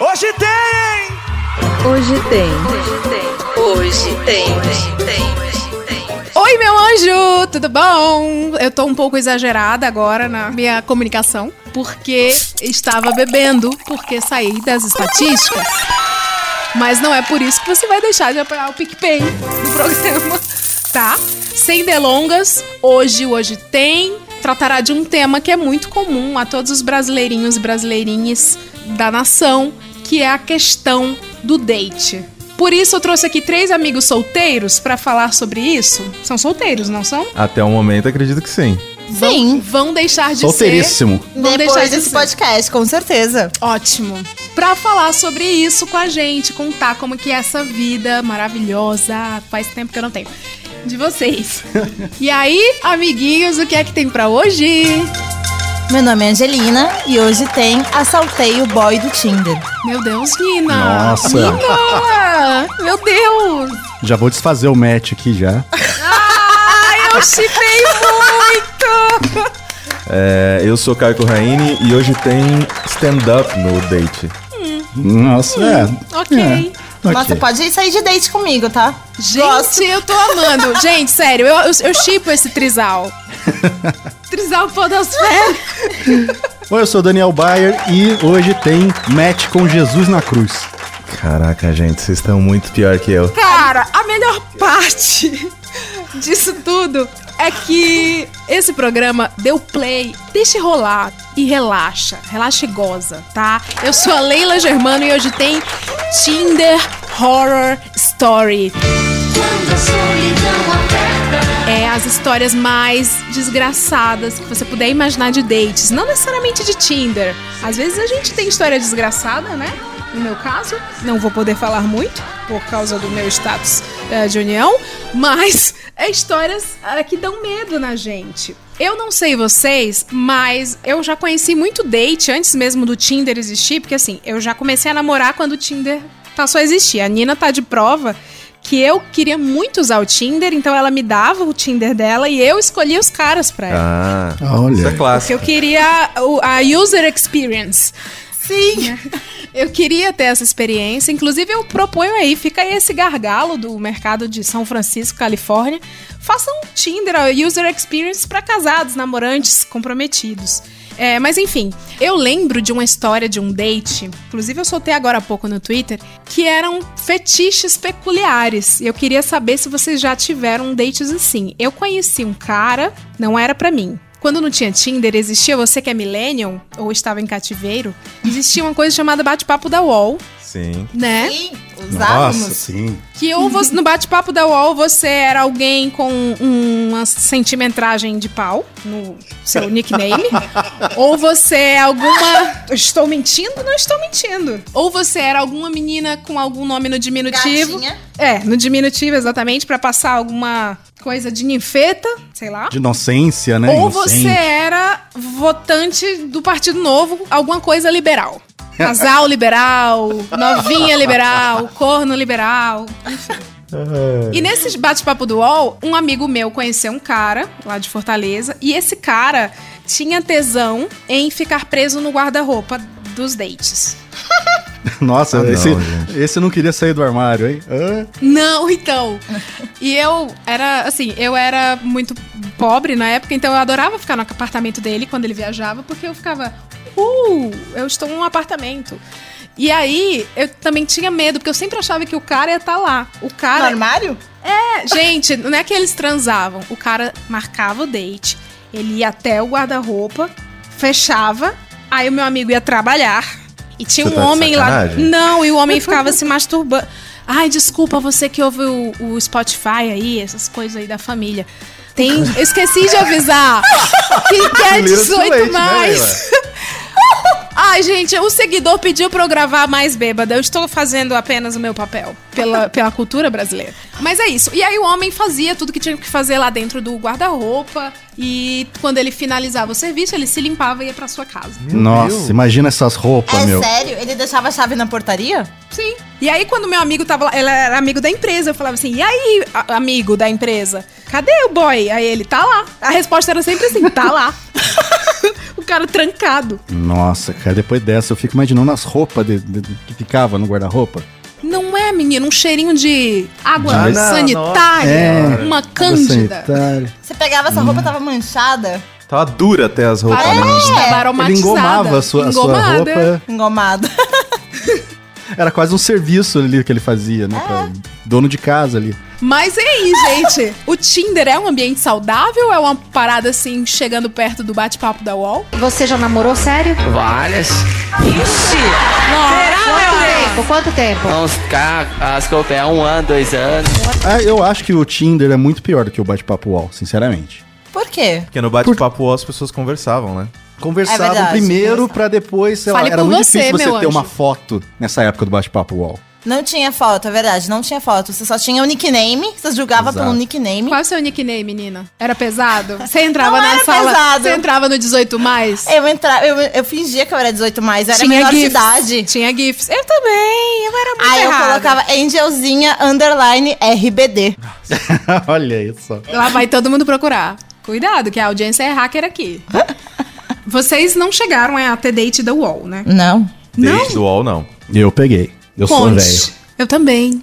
Hoje tem! Hoje tem. Hoje tem. Hoje tem. Oi, meu anjo, tudo bom? Eu tô um pouco exagerada agora na minha comunicação, porque estava bebendo, porque saí das estatísticas. Mas não é por isso que você vai deixar de apoiar o PicPay do programa, tá? Sem delongas, hoje, o hoje tem, tratará de um tema que é muito comum a todos os brasileirinhos e brasileirinhas da nação, que é a questão do date. Por isso eu trouxe aqui três amigos solteiros pra falar sobre isso. São solteiros, não são? Até o momento, acredito que sim. Vão, vão deixar de ser. Solteiríssimo. Vão deixar Depois de desse ser. podcast, com certeza. Ótimo. Pra falar sobre isso com a gente, contar como que é essa vida maravilhosa, faz tempo que eu não tenho, de vocês. e aí, amiguinhos, o que é que tem pra hoje? Meu nome é Angelina e hoje tem Assaltei o Boy do Tinder. Meu Deus, Nina. Nossa. Nina! Meu Deus! Já vou desfazer o match aqui já. Ai, eu chipei muito! É, eu sou Caio Corraine e hoje tem stand-up no date. Nossa, é. ok. É. Nossa, Ok. pode sair de date comigo, tá? Gente, Gosto. eu tô amando. Gente, sério, eu, eu, eu chipo esse trisal. trisal podosfera. Oi, eu sou Daniel Bayer e hoje tem match com Jesus na cruz. Caraca, gente, vocês estão muito pior que eu. Cara, a melhor parte disso tudo é que esse programa deu play, deixa rolar e relaxa. Relaxa e goza, tá? Eu sou a Leila Germano e hoje tem Tinder Horror Story. É as histórias mais desgraçadas que você puder imaginar de dates. Não necessariamente de Tinder. Às vezes a gente tem história desgraçada, né? No meu caso, não vou poder falar muito por causa do meu status eh, de união, mas é histórias ah, que dão medo na gente. Eu não sei vocês, mas eu já conheci muito date antes mesmo do Tinder existir, porque assim, eu já comecei a namorar quando o Tinder passou a existir. A Nina tá de prova que eu queria muito usar o Tinder, então ela me dava o Tinder dela e eu escolhia os caras pra ela. Ah, isso é Olha. Porque clássico. eu queria o- a user experience. Sim. Eu queria ter essa experiência. Inclusive, eu proponho aí, fica aí esse gargalo do mercado de São Francisco, Califórnia. Faça um Tinder, a user experience pra casados, namorantes, comprometidos. É, mas enfim, eu lembro de uma história de um date, inclusive eu soltei agora há pouco no Twitter, que eram fetiches peculiares. E eu queria saber se vocês já tiveram dates assim. Eu conheci um cara, não era pra mim. Quando não tinha Tinder, existia você que é millennial ou estava em cativeiro, existia uma coisa chamada bate-papo da UOL, Sim. É? né? Sim, Nossa, usávamos. sim. Que ou você, no bate-papo da UOL você era alguém com uma centimetragem de pau no seu nickname. ou você é alguma. Estou mentindo? Não estou mentindo. Ou você era alguma menina com algum nome no diminutivo. Gatinha. É, no diminutivo, exatamente, pra passar alguma coisa de ninfeta, sei lá. De inocência, né? Ou Inocente. você era votante do Partido Novo, alguma coisa liberal. Casal liberal, novinha liberal, corno liberal. enfim. E nesse bate-papo do UOL, um amigo meu conheceu um cara lá de Fortaleza, e esse cara tinha tesão em ficar preso no guarda-roupa dos dates. Nossa, Ah, não, esse, gente. esse não queria sair do armário, hein? Ah, Hã? Não, então. E eu era, assim, eu era muito pobre na época, então eu adorava ficar no apartamento dele quando ele viajava, porque eu ficava, uh, eu estou num apartamento. E aí, eu também tinha medo, porque eu sempre achava que o cara ia estar lá. O No Ah, cara. armário? É, gente, não é que eles transavam. O cara marcava o date, ele ia até o guarda-roupa, fechava, aí o meu amigo ia trabalhar. E tinha Você um tá de homem lá. sacanagem? Não, e o homem ficava se masturbando. Ai, desculpa, você que ouve o, o Spotify aí, essas coisas aí da família. Tem. Eu esqueci de avisar que que é Lira do 18 leite, né, mais. Leila? Ai, gente, o seguidor pediu pra eu gravar mais bêbada. Eu estou fazendo apenas o meu papel pela, pela cultura brasileira. Mas é isso. E aí o homem fazia tudo que tinha que fazer lá dentro do guarda-roupa. E quando ele finalizava o serviço, ele se limpava e ia pra sua casa. Nossa, Deus. imagina essas roupas, é Tá meu. sério? Ele deixava a chave na portaria? Sim. E aí, quando meu amigo tava lá, ele era amigo da empresa, eu falava assim: e aí, a- amigo da empresa? Cadê o boy? Aí ele, tá lá. A resposta era sempre assim: tá lá. o O cara trancado. Nossa, cara, depois dessa eu fico imaginando as roupas de- de- que ficava no guarda-roupa. Não é, menino, um cheirinho de água Ah, É, não, sanitária, nossa senhora. uma cândida. Sanitário. Você pegava Hum. essa roupa, tava manchada, Tava dura até as roupas. Parece né? que é tava Ele aromatizada. engomava a sua, a sua engomada. roupa. engomada. Era quase um serviço ali que ele fazia, É. né? pra dono de casa ali. Mas e aí, gente? O Tinder é um ambiente saudável? É uma parada assim, chegando perto do bate-papo da UOL? Você já namorou sério? Várias. Por quanto tempo? Vamos ficar, acho que eu tenho um ano, dois anos. Ah, eu acho que o Tinder é muito pior do que o bate-papo UOL, sinceramente. Por quê? Porque no bate-papo as pessoas conversavam, né? Conversavam É verdade, primeiro conversavam. pra depois, sei Fale lá, era por muito você, difícil você meu ter anjo. uma foto nessa época do bate-papo UOL. Não tinha foto, é verdade, não tinha foto. Você só tinha o nickname, você julgava Exato. pelo nickname. Qual é o seu nickname, menina? Era pesado? Você entrava Não na era sala. pesado. Você entrava no 18 mais? Eu entrava, eu, eu fingia que eu era 18 mais, eu era menor de idade. Tinha GIFs. Eu também. Eu era muito Aí eu errada. colocava Angelzinha underline RBD. Olha isso. Lá vai todo mundo procurar. Cuidado, que a audiência é hacker aqui. Vocês não chegaram a ter date da UOL, né? Não. Desde do UOL, não. Eu peguei. Eu sou um velho. Eu também.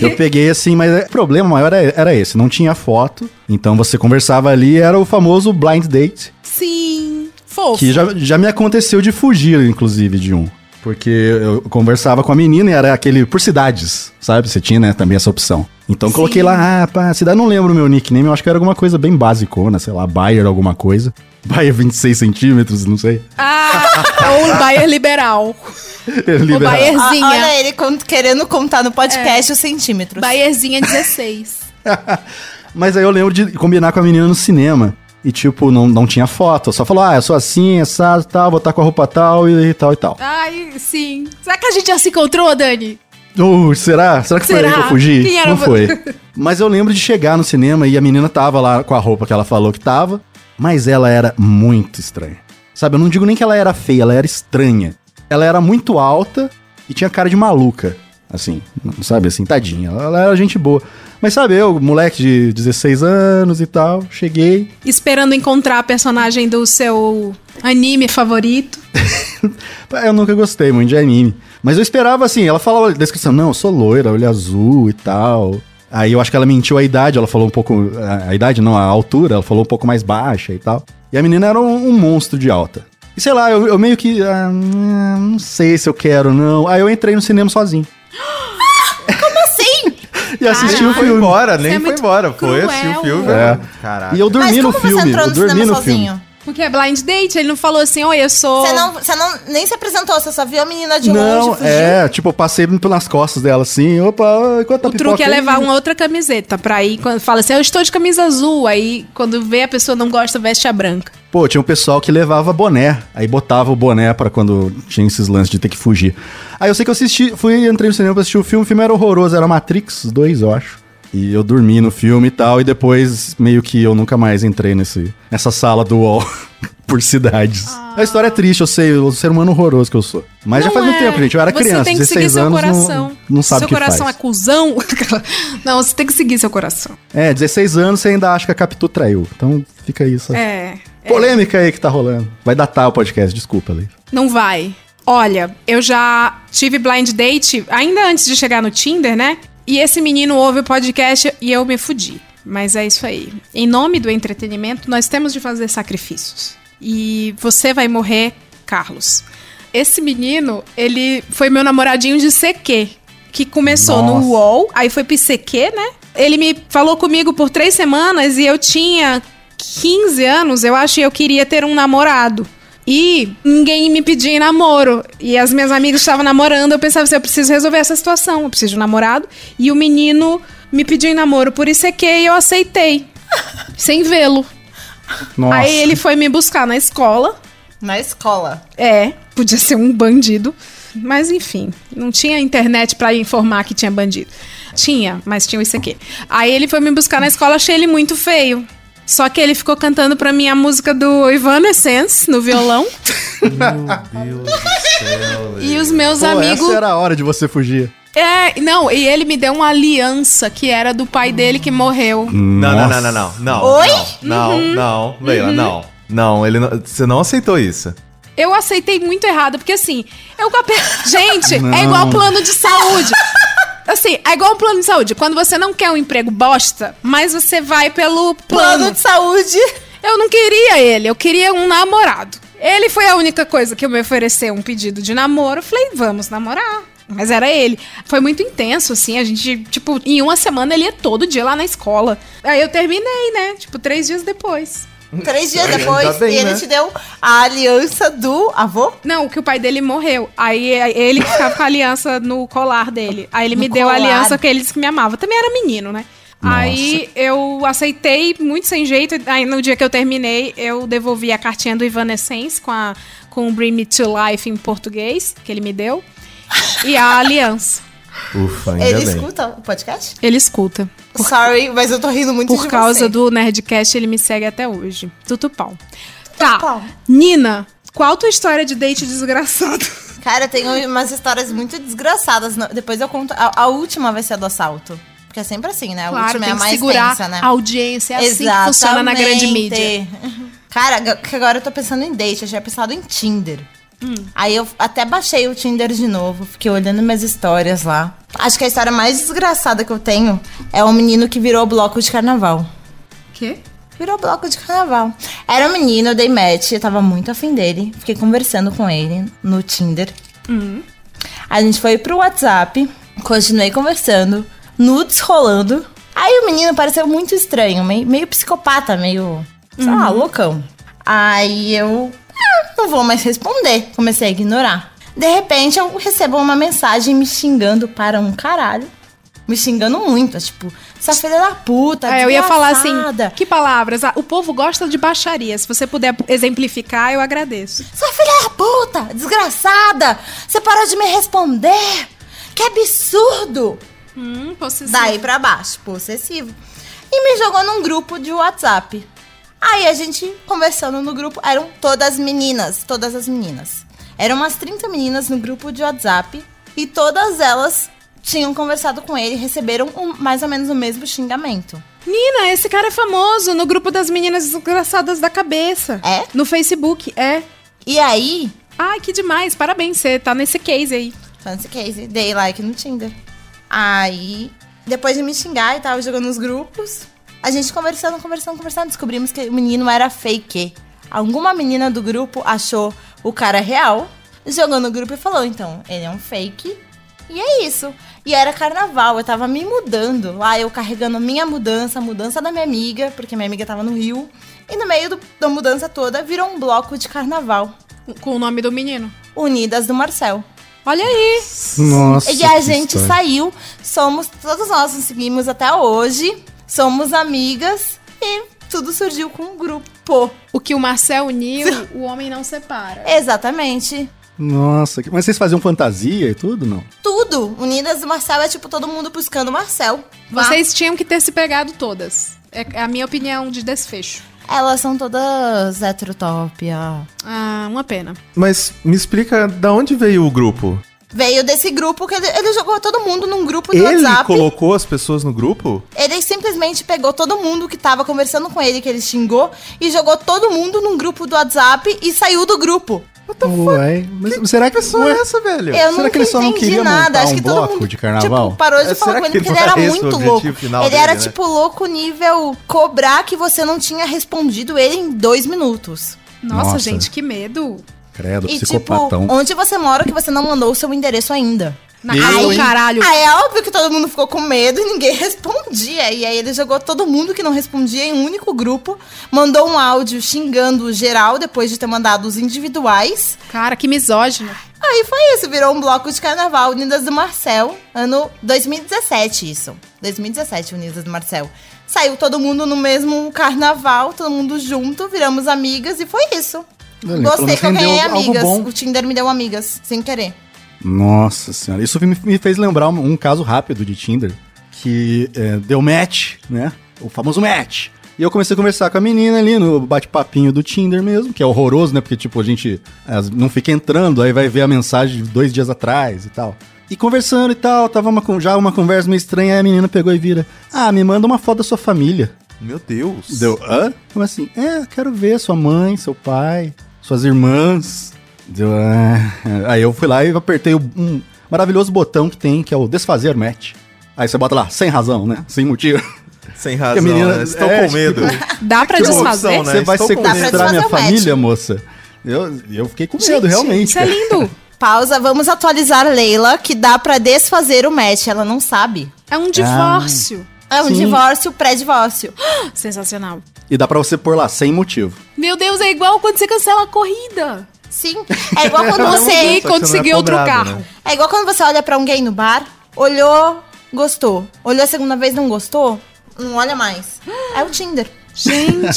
Eu peguei assim, mas o problema maior era era esse, não tinha foto. Então você conversava ali, era o famoso blind date, Sim. Fofo. que já, já me aconteceu de fugir, inclusive, de um. Porque eu conversava com a menina e era aquele por cidades, sabe? Você tinha, né, também essa opção. Então coloquei lá, ah, pá, cidade, não lembro o meu nickname, eu acho que era alguma coisa bem basicona, sei lá, Bayer alguma coisa. Bayer 26 centímetros, não sei. Ah, ou o Bayer liberal. O Liberal. Ah, Bayerzinha. olha ele con- querendo contar no podcast os centímetros. Bayerzinha 16. Mas aí eu lembro de combinar com a menina no cinema. E, tipo, não, não tinha foto. Só falou, ah, eu sou assim, assado, tal, vou estar com a roupa tal e, e tal e tal. Ai, sim. Será que a gente já se encontrou, Dani? Uh, será? Será que foi Será? aí que eu fugi? Quem era não vo- foi. Mas eu lembro de chegar no cinema e a menina tava lá com a roupa que ela falou que tava. Mas ela era muito estranha. Sabe, eu não digo nem que ela era feia, ela era estranha. Ela era muito alta e tinha cara de maluca. Assim, sabe, assim, tadinha. Ela era gente boa. Mas sabe, eu, moleque de 16 anos e tal, cheguei, Esperando encontrar a personagem do seu anime favorito. Eu nunca gostei muito de anime. Mas eu esperava assim, ela falava a descrição, não, eu sou loira, olho azul e tal. Aí eu acho que ela mentiu a idade, ela falou um pouco. A, a idade não, a altura, ela falou um pouco mais baixa e tal. E a menina era um, um monstro de alta. E sei lá, eu, eu meio que. ah, hum, não sei se eu quero, não. Aí eu entrei no cinema sozinho. Como assim? e assisti o Caralho. Foi filme. embora, nem Isso é foi muito embora. Foi cruel. assistir o filme. É. Caraca. E eu Mas dormi como no você filme. entrou Eu no dormi cinema no filme. sozinho? Porque é blind date, ele não falou assim, oi, eu sou... Você não, você não nem se apresentou, você só viu a menina de Não, longe, fugiu. é, tipo, eu passei pelas costas dela assim, opa, enquanto O truque é levar uma outra camiseta pra ir quando fala assim, eu estou de camisa azul. Aí quando vê a pessoa não gosta, veste a branca. Pô, tinha um pessoal que levava boné, aí botava o boné pra quando tinha esses lances de ter que fugir. Aí eu sei que eu assisti, fui entrei no cinema pra assistir o filme, o filme era horroroso, era Matrix 2, eu acho. E eu dormi no filme e tal, e depois meio que eu nunca mais entrei nesse, nessa sala do UOL por cidades. A história é triste, eu sei, o ser humano horroroso que eu sou. Mas já Ah. Não faz muito é. tempo, gente, eu era você criança, tem que seguir 16 seu anos, coração. não, não sabe seu o que coração faz. é cuzão? não, você tem que seguir seu coração. É, 16 anos você ainda acha que a Capitu traiu, então fica isso. É, Polêmica aí que tá rolando. Vai datar o podcast, desculpa, Leif. Não vai. Olha, eu já tive blind date ainda antes de chegar no Tinder, né? E esse menino ouve o podcast e eu me fudi. Mas é isso aí. Em nome do entretenimento, nós temos de fazer sacrifícios. E você vai morrer, Carlos. Esse menino, ele foi meu namoradinho de CQ, que começou Nossa. no UOL, aí foi pro CQ, né? Ele me falou comigo por três semanas e eu tinha 15 anos, eu acho, e eu queria ter um namorado. E ninguém me pedia em namoro. E as minhas amigas estavam namorando. Eu pensava assim: eu preciso resolver essa situação. Eu preciso de um namorado. E o menino me pediu em namoro por ICQ e eu aceitei. sem vê-lo. Nossa. Aí ele foi me buscar na escola. Na escola. É, podia ser um bandido. Mas enfim, não tinha internet pra informar que tinha bandido. Tinha, mas tinha isso aqui. Aí ele foi me buscar na escola, achei ele muito feio. Só que ele ficou cantando pra mim a música do Evanescence no violão. e os meus Pô, amigos. Essa era a hora de você fugir. É, não, e ele me deu uma aliança que era do pai dele que morreu. Não, não, não, não, não, não. Oi? Não, não, não, Leila, não. Não, ele não- você não aceitou isso. Eu aceitei muito errado, porque assim, eu com a pe- Gente, Não. é igual plano de saúde. Assim, é igual um plano de saúde. Quando você não quer um emprego bosta, mas você vai pelo plano. Plano de saúde. Eu não queria ele, eu queria um namorado. Ele foi a única coisa que me ofereceu um pedido de namoro. Eu falei, vamos namorar. Mas era ele. Foi muito intenso, assim. A gente, tipo, em uma semana ele ia todo dia lá na escola. Aí eu terminei, né? Tipo, três dias depois. Três dias Ainda depois, bem, e ele né? te deu a aliança do avô? Não, que o pai dele morreu. Aí é ele que ficava com a aliança no colar dele. Aí ele No me deu a colar. aliança que ele disse que me amava. Também era menino, né? Aí eu aceitei muito sem jeito. Aí no dia que eu terminei, eu devolvi a cartinha do Evanescence com, a, com o Bring Me to Life em português, que ele me deu. E a aliança. Ufa, ainda Ele bem. escuta o podcast? Ele escuta. Sorry, mas eu tô rindo muito Por de causa você. do Nerdcast, ele me segue até hoje. Tutu pau. pau. Tá. Nina, qual a tua história de date desgraçado? Cara, eu tenho umas histórias muito desgraçadas. Não, Depois eu conto. A, a última vai ser a do assalto. Porque é sempre assim, né? A Claro, última tem é a que mais segurar tensa, né? a audiência. É assim que funciona na grande mídia. Exatamente. Cara, g- que agora eu tô pensando em date, eu já tinha pensado em Tinder. Hum. Aí eu até baixei o Tinder de novo, fiquei olhando minhas histórias lá. Acho que a história mais desgraçada que eu tenho é um menino que virou bloco de carnaval. Quê? Virou bloco de carnaval. Era um menino, eu dei match, eu tava muito afim dele. Fiquei conversando com ele no Tinder. Hum. A gente foi pro WhatsApp, continuei conversando, nudes rolando. Aí o menino pareceu muito estranho, meio, meio psicopata, meio, sei lá, Uhum. loucão. Aí eu, ah, não vou mais responder, comecei a ignorar. De repente eu recebo uma mensagem me xingando para um caralho. Me xingando muito, tipo, essa filha da puta, Ah, eu ia falar assim, desgraçada. que palavras? Ah, o povo gosta de baixaria. Se você puder exemplificar, eu agradeço. Sua filha da puta, desgraçada! Você parou de me responder! Que absurdo! Hum, possessivo. Daí pra baixo, possessivo. E me jogou num grupo de WhatsApp. Aí a gente conversando no grupo, eram todas meninas, todas as meninas. Eram umas 30 meninas no grupo de WhatsApp e todas elas tinham conversado com ele e receberam um- mais ou menos o mesmo xingamento. Nina, esse cara é famoso no grupo das meninas desgraçadas da cabeça. É? No Facebook, é. E aí, Ai, que demais. Parabéns, você tá nesse case aí. Fancy Case, dei like no Tinder. Aí, depois de me xingar e tal, jogando nos grupos, a gente conversando, conversando, conversando, descobrimos que o menino era fake. Alguma menina do grupo achou o cara real, jogou no grupo e falou: então, ele é um fake. E é isso. E era carnaval, eu tava me mudando lá, eu carregando minha mudança, a mudança da minha amiga, porque minha amiga tava no Rio. E no meio do- da mudança toda, virou um bloco de carnaval. Com o nome do menino. Unidas do Marcel. Olha aí. Nossa. E a que gente história. saiu, somos, todos nós nos seguimos até hoje, somos amigas e tudo surgiu com um grupo. O que o Marcel uniu, o homem não separa. Exatamente. Nossa, que- mas vocês faziam fantasia e tudo, não? Tudo. Unidas do Marcel é tipo todo mundo buscando o Marcel. Vocês tinham que ter se pegado todas. É a minha opinião de desfecho. Elas são todas heterotopia. Ah, uma pena. Mas me explica da onde veio o grupo? Veio desse grupo que ele, ele jogou todo mundo num grupo de Ele WhatsApp. colocou as pessoas no grupo? Ele simplesmente pegou todo mundo que tava conversando com ele, que ele xingou, e jogou todo mundo num grupo do WhatsApp e saiu do grupo. Ué, mas será que pessoa ué, é essa, velho? Eu Será nunca que ele só não entendi queria nada. montar Acho um que todo bloco mundo, de carnaval? Tipo, parou de É, falar será com ele que porque ele não era era esse o muito objetivo louco. Ele final dele, era né? tipo louco nível cobrar que você não tinha respondido ele em dois minutos. Nossa, Nossa. gente, que medo. Credo, E tipo, psicopatão. onde você mora que você não mandou o seu endereço ainda? Na casa do caralho. Aí é óbvio que todo mundo ficou com medo e ninguém respondia. E aí ele jogou todo mundo que não respondia em um único grupo, mandou um áudio xingando geral depois de ter mandado os individuais. Cara, que misógino. Aí foi isso, virou um bloco de carnaval Unidas do Marcel, ano 2017 isso. 2017 Unidas do Marcel. Saiu todo mundo no mesmo carnaval, todo mundo junto, viramos amigas e foi isso. Olha, pelo Gostei menos que eu ganhei rendeu algo amigas. bom. O Tinder me deu amigas, sem querer. Nossa senhora, isso me, me fez lembrar um, um caso rápido de Tinder, que é, deu match, né? O famoso match. E eu comecei a conversar com a menina ali no bate-papinho do Tinder mesmo, que é horroroso, né? Porque, tipo, a gente as- não fica entrando, aí vai ver a mensagem de dois dias atrás e tal. E conversando e tal, tava uma con- já uma conversa meio estranha, aí a menina pegou e vira. Ah, me manda uma foto da sua família. Meu Deus. Deu, hã? Como assim? É, quero ver sua mãe, seu pai, suas irmãs. Deu, ah. Aí eu fui lá e apertei o- um maravilhoso botão que tem, que é o desfazer match. Aí você bota lá, sem razão, né? Sem motivo. Sem razão. Que a menina- né? Estão é, com medo. Dá pra Que desfazer? opção, né? Você vai Estou com medo. Dá sequestrar pra minha desfazer o família, moça? Eu, eu fiquei com medo, Gente, realmente. Isso é cara. lindo. Pausa, vamos atualizar Leila, que dá pra desfazer o match. Ela não sabe. É um divórcio. É um Sim. divórcio, pré-divórcio. Sensacional. E dá pra você pôr lá, sem motivo. Meu Deus, é igual quando você cancela a corrida. Sim. É igual quando um Consegui, Só que você. você não é consegui outro cobrado, carro. né? É igual quando você olha pra um gay no bar, olhou, gostou. Olhou a segunda vez, não gostou, não olha mais. É o Tinder.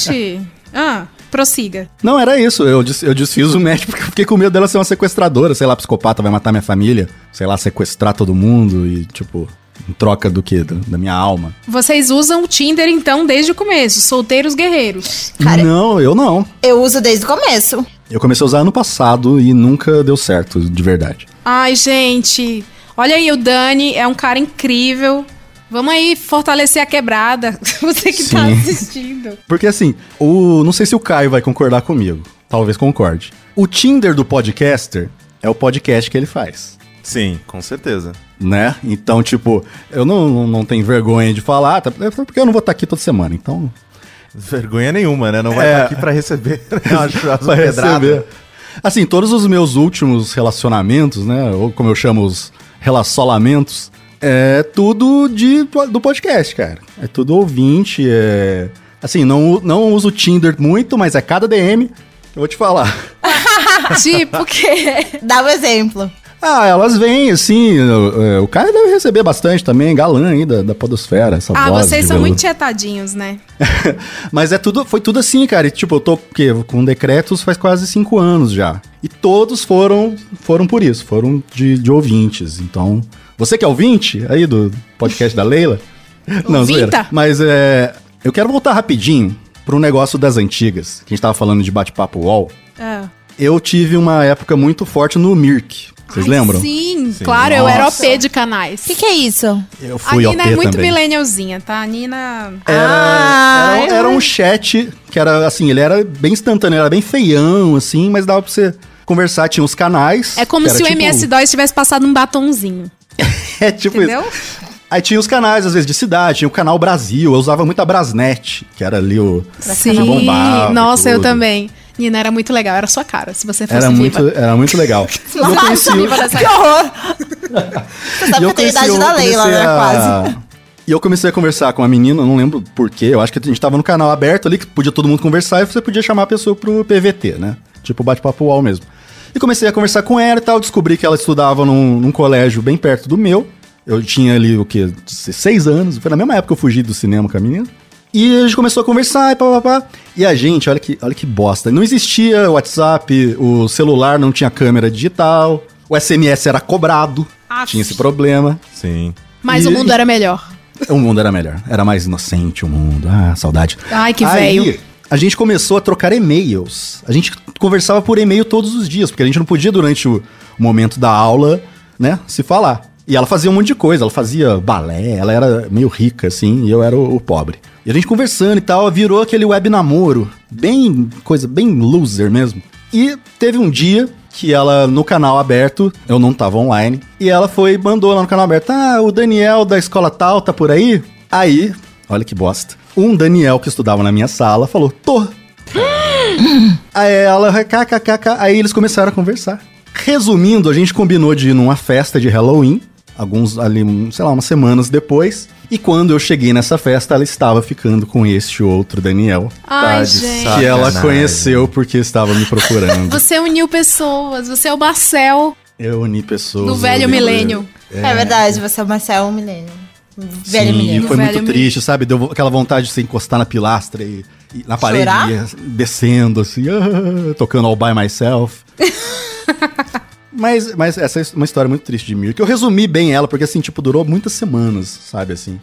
Gente. ah, prossiga. Não, era isso. Eu, des- eu desfiz o match porque eu fiquei com medo dela ser uma sequestradora. Sei lá, psicopata, vai matar minha família. Sei lá, sequestrar todo mundo e, tipo, em troca do quê? Do- da minha alma. Vocês usam o Tinder, então, desde o começo. Solteiros guerreiros. Cara- Não, eu não. Eu uso desde o começo. Eu comecei a usar ano passado e nunca deu certo, de verdade. Ai, gente. Olha aí, o Dani é um cara incrível. Vamos aí fortalecer a quebrada. Você que tá Sim. assistindo. Porque assim, o não sei se o Caio vai concordar comigo. Talvez concorde. O Tinder do podcaster é o podcast que ele faz. Sim, com certeza. Né? Então, tipo, eu não, não, não tenho vergonha de falar, tá? porque eu não vou estar aqui toda semana, então. Vergonha nenhuma, né? Não vai É. estar aqui pra receber né? as vai pedradas. receber. Assim, todos os meus últimos relacionamentos, né? Ou como eu chamo os relacionamentos, é tudo de, do podcast, cara. É tudo ouvinte, é. Assim, não, u- não uso o Tinder muito, mas é cada DM. Eu vou te falar. Tipo, que Dá um exemplo. Ah, elas vêm, assim. o- é, O cara deve receber bastante também, galã aí da, da Podosfera, essa Ah, voz vocês de são veludo. muito tietadinhos, né? Mas é tudo, foi tudo assim, cara. E, tipo, eu tô porque, com decretos faz quase cinco anos já. E todos foram foram por isso, foram de, de ouvintes. Então, você que é ouvinte aí do podcast da Leila? Não, zoeira. Ouvinta. Mas é, eu quero voltar rapidinho pro negócio das antigas, que a gente tava falando de bate-papo UOL. Ah. Eu tive uma época muito forte no Mirk. Vocês Ai, lembram? Sim, claro, eu era OP de canais. O que, que é isso? Eu A fui Nina OT é muito também. millennialzinha, tá? A Nina. Era, Ah, era, um- era um chat que era assim, ele era bem instantâneo, era bem feião, assim, mas dava pra você conversar, tinha os canais. É como que era se o tipo- MS2 tivesse passado um batonzinho. É tipo isso. Entendeu? Aí tinha os canais, às vezes, de cidade, tinha o canal Brasil, eu usava muito a Brasnet, que era ali o. que bombava e Nossa, eu tudo. também. Nina era muito legal, era sua cara, se você fosse Era viva. muito, era muito legal. E eu conheci o- Que horror! Você sabe E que eu eu tenho é a comecei- idade eu da Leila, comecei né? a- Quase. E eu comecei a conversar com uma menina, eu não lembro porquê, eu acho que a gente tava no canal aberto ali, que podia todo mundo conversar, e você podia chamar a pessoa pro PVT, né? Tipo bate-papo UOL mesmo. E comecei a conversar com ela e tal, descobri que ela estudava num, num colégio bem perto do meu. Eu tinha ali, o quê? 16 anos, foi na mesma época que eu fugi do cinema com a menina. E a gente começou a conversar e pá, pá, pá. E a gente, olha que, olha que bosta. Não existia WhatsApp, o celular não tinha câmera digital, o SMS era cobrado, Ah, tinha esse problema. Sim. Mas o E- mundo era melhor. O mundo era melhor. Era mais inocente o mundo. Ah, saudade. Ai, que Aí, velho. A gente começou a trocar e-mails. A gente conversava por e-mail todos os dias, porque a gente não podia, durante o momento da aula, né, se falar. E ela fazia um monte de coisa, ela fazia balé, ela era meio rica, assim, e eu era o, o pobre. E a gente conversando e tal, virou aquele web namoro, bem coisa, bem loser mesmo. E teve um dia que ela, no canal aberto, eu não tava online, e ela foi, mandou lá no canal aberto, ah, o Daniel da escola tal tá por aí? Aí, olha que bosta, um Daniel que estudava na minha sala falou, tô. aí ela, kkkk, aí eles começaram a conversar. Resumindo, a gente combinou de ir numa festa de Halloween, alguns ali, um, sei lá, umas semanas depois, e quando eu cheguei nessa festa, ela estava ficando com este outro Daniel, Ai, tá de gente. saco. que ela Sacanagem. conheceu porque estava me procurando. Você uniu pessoas, você é o Marcel Eu uni pessoas. do eu velho lembro- milênio. É. verdade, você é o Marcel Milênio. Velho Sim, menino. foi Velho muito milênio. triste, sabe? Deu aquela vontade de se encostar na pilastra e, e na parede, Chorar? e ia descendo assim, ah, tocando All By Myself. mas, mas essa é uma história muito triste de Mir, que eu resumi bem ela, porque assim, tipo, durou muitas semanas, sabe, assim.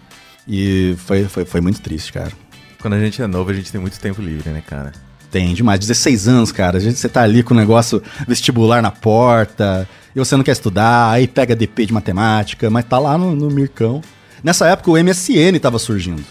E foi, foi, foi muito triste, cara. Quando a gente é novo, a gente tem muito tempo livre, né, cara? Tem demais, 16 anos, cara. A gente- Você tá ali com o negócio vestibular na porta, e você não quer estudar, aí pega DP de matemática, mas tá lá no, no Mircão. Nessa época o MSN tava surgindo.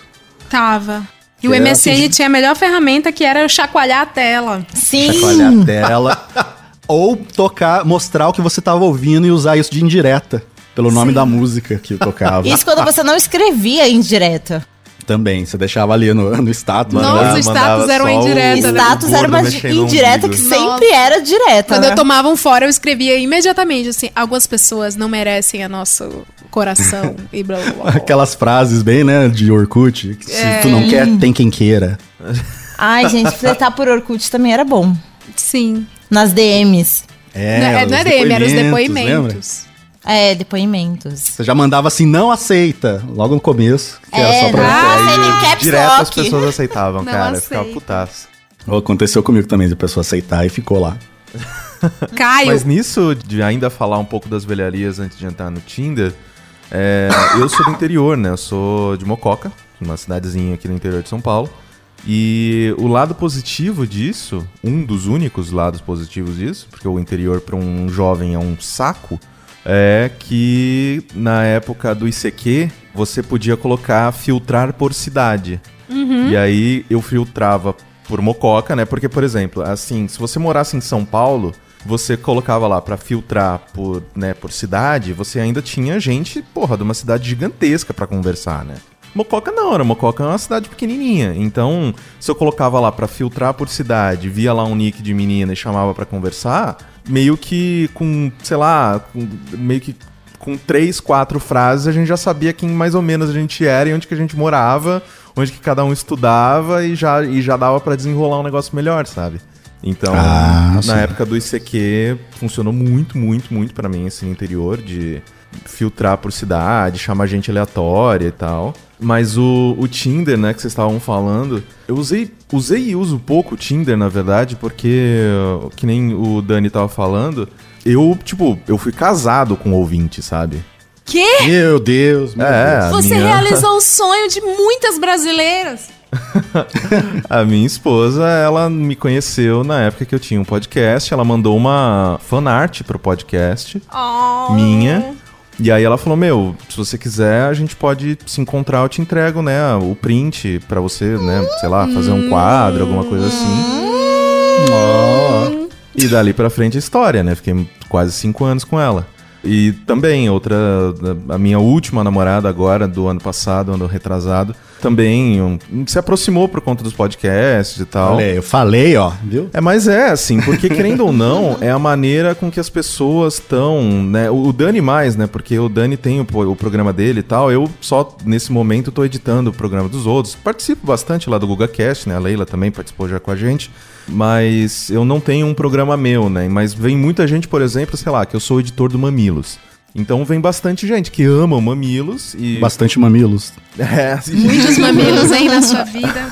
Tava. E o É, MSN tinha a melhor ferramenta que era chacoalhar a tela. chacoalhar a tela. ou tocar, mostrar o que você tava ouvindo e usar isso de indireta. Pelo nome da música que tocava. Isso quando você não escrevia indireta. Também, você deixava ali no, no status. Nossa, né? o status era uma indireta, né? Status era uma indireta que sempre era direta. Quando né? Ah. eu tomava um fora, eu escrevia imediatamente assim: algumas pessoas não merecem a nosso coração e blá blá blá. Aquelas frases bem, né, de Orkut. Que se É. tu não quer, tem quem queira. Ai, gente, fletar por Orkut também era bom. Sim. Nas DMs. É, não, é- não os era DM, eram os lembra? depoimentos. É, depoimentos. Você já mandava assim, não aceita, logo no começo. Que era É, só pra... né? Ah, sem nem caps Direto as lock. pessoas aceitavam, Não cara. aceito. Ficava putaço. Aconteceu comigo também, de pessoa aceitar e ficou lá. Caio, Mas nisso, de ainda falar um pouco das velharias antes de entrar no Tinder, é, eu sou do interior, né? Eu sou de Mococa, uma cidadezinha aqui no interior de São Paulo. E o lado positivo disso, um dos únicos lados positivos disso, porque o interior para um jovem é um saco, é que na época do ICQ você podia colocar filtrar por cidade. E aí eu filtrava por Mococa, né? Porque, por exemplo, assim, se você morasse em São Paulo, você colocava lá pra filtrar por, né, por cidade, você ainda tinha gente, porra, de uma cidade gigantesca pra conversar, né? Mococa não, era Mococa é uma cidade pequenininha. Então, se eu colocava lá pra filtrar por cidade, via lá um nick de menina e chamava pra conversar, meio que com, sei lá, com- meio que com três, quatro frases a gente já sabia quem mais ou menos a gente era e onde que a gente morava, onde que cada um estudava e já, e já dava pra desenrolar um negócio melhor, sabe? Então, Ah, na sim. época do ICQ, funcionou muito, muito, muito pra mim, assim, no interior, de filtrar por cidade, chamar gente aleatória e tal. Mas o, o Tinder, né, que vocês estavam falando, eu usei, usei e uso pouco o Tinder, na verdade, porque, que nem o Dani tava falando, eu, tipo, eu fui casado com o ouvinte, sabe? que? Meu Deus, meu É, Deus. a Você minha- realizou o sonho de muitas brasileiras. A minha esposa, ela me conheceu na época que eu tinha um podcast, ela mandou uma fanart pro podcast. Oh. minha. E aí ela falou: Meu, se você quiser, a gente pode se encontrar, eu te entrego, né? O print pra você, né? Sei lá, fazer um quadro, alguma coisa assim. Ó. E dali pra frente a história, né? Fiquei quase cinco anos com ela. E também, outra. A minha última namorada agora, do ano passado, ano retrasado, também um, se aproximou por conta dos podcasts e tal. Olha, eu falei, ó, viu? É, mas é assim, porque querendo ou não, é a maneira com que as pessoas estão, né? O o Dani mais, né? Porque o Dani tem o, po- o programa dele e tal. Eu só, nesse momento, tô editando o programa dos outros. Participo bastante lá do GugaCast, né? A Leila também participou já com a gente. Mas eu não tenho um programa meu, né? Mas vem muita gente, por exemplo, sei lá, que eu sou editor do Mamilos. Então vem bastante gente que ama o Mamilos e... Bastante mamilos. É, Muitos mamilos, hein, na sua vida.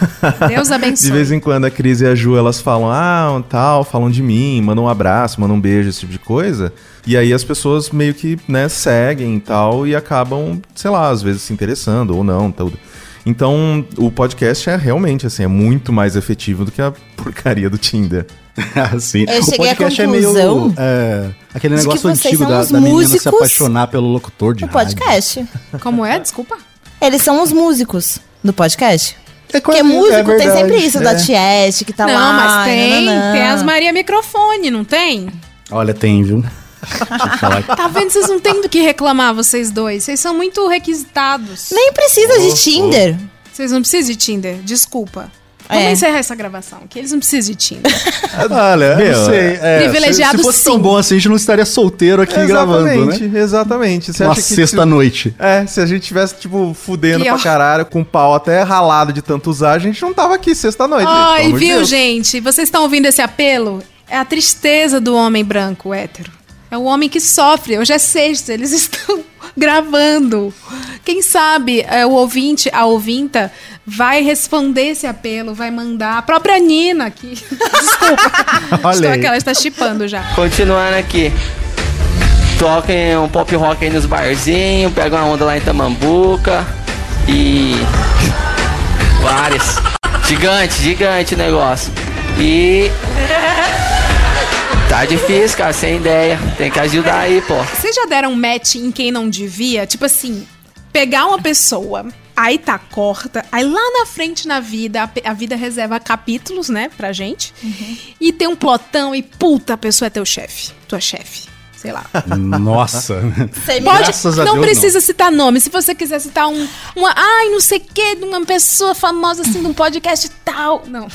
Deus abençoe. De vez em quando a Cris e a Ju, elas falam, ah, um tal, falam de mim, mandam um abraço, mandam um beijo, esse tipo de coisa. E aí as pessoas meio que, né, seguem e tal e acabam, sei lá, às vezes se interessando ou não, tudo. Então, o podcast é realmente, assim, é muito mais efetivo do que a porcaria do Tinder. assim. Eu o cheguei à podcast é meio. conclusão é, aquele de que negócio vocês antigo são da, os da menina se músicos apaixonar pelo locutor de O rádio. podcast. Como é? Desculpa. Eles são os músicos do podcast. É quase- Porque músico é tem verdade, sempre isso, é. da Tieste que tá lá. não, mas tem. nananã. Tem as Maria Microfone, não tem? Olha, tem, viu? Deixa eu te falar. Tá vendo? Vocês não têm do que reclamar, vocês dois. Vocês são muito requisitados. Nem precisa de Tinder. Vocês não precisam de Tinder, desculpa. É. Vamos encerrar essa gravação, que eles não precisam de Tinder. Ah, Olha, eu Meu, não sei. é, privilegiado se, se fosse sim. tão bom assim, a gente não estaria solteiro aqui gravando, né? exatamente, exatamente. Você Uma acha que se- sexta-noite. É, se a gente tivesse, tipo, fudendo Pior. pra caralho, com o pau até ralado de tanto usar, a gente não tava aqui sexta-noite. gente, pelo Ai, amor de viu, Deus. gente? Vocês estão ouvindo esse apelo? É a tristeza do homem branco hétero. É o homem que sofre. Hoje é sexta, eles estão gravando. Quem sabe é, o ouvinte, a ouvinta, vai responder esse apelo, vai mandar. A própria Nina aqui. Desculpa. Olha Estou aí. aqui, ela está chipando já. Continuando aqui. Toquem um pop rock aí nos barzinhos, pega uma onda lá em Tamambuca e. Várias. Gigante, gigante o negócio. E. Tá difícil, cara, sem ideia. Tem que ajudar aí, pô. Vocês já deram match em quem não devia? Tipo assim, pegar uma pessoa Aí tá, corta. Aí lá na frente na vida, a pe- a vida reserva capítulos, né, pra gente. E tem um plotão e puta, a pessoa é teu chefe. Tua chefe. Sei lá. Nossa. Sei me- Pode, Graças a não Deus, precisa citar nome. Se você quiser citar um, uma, ai, não sei o quê, de uma pessoa famosa assim, de um podcast tal. Não.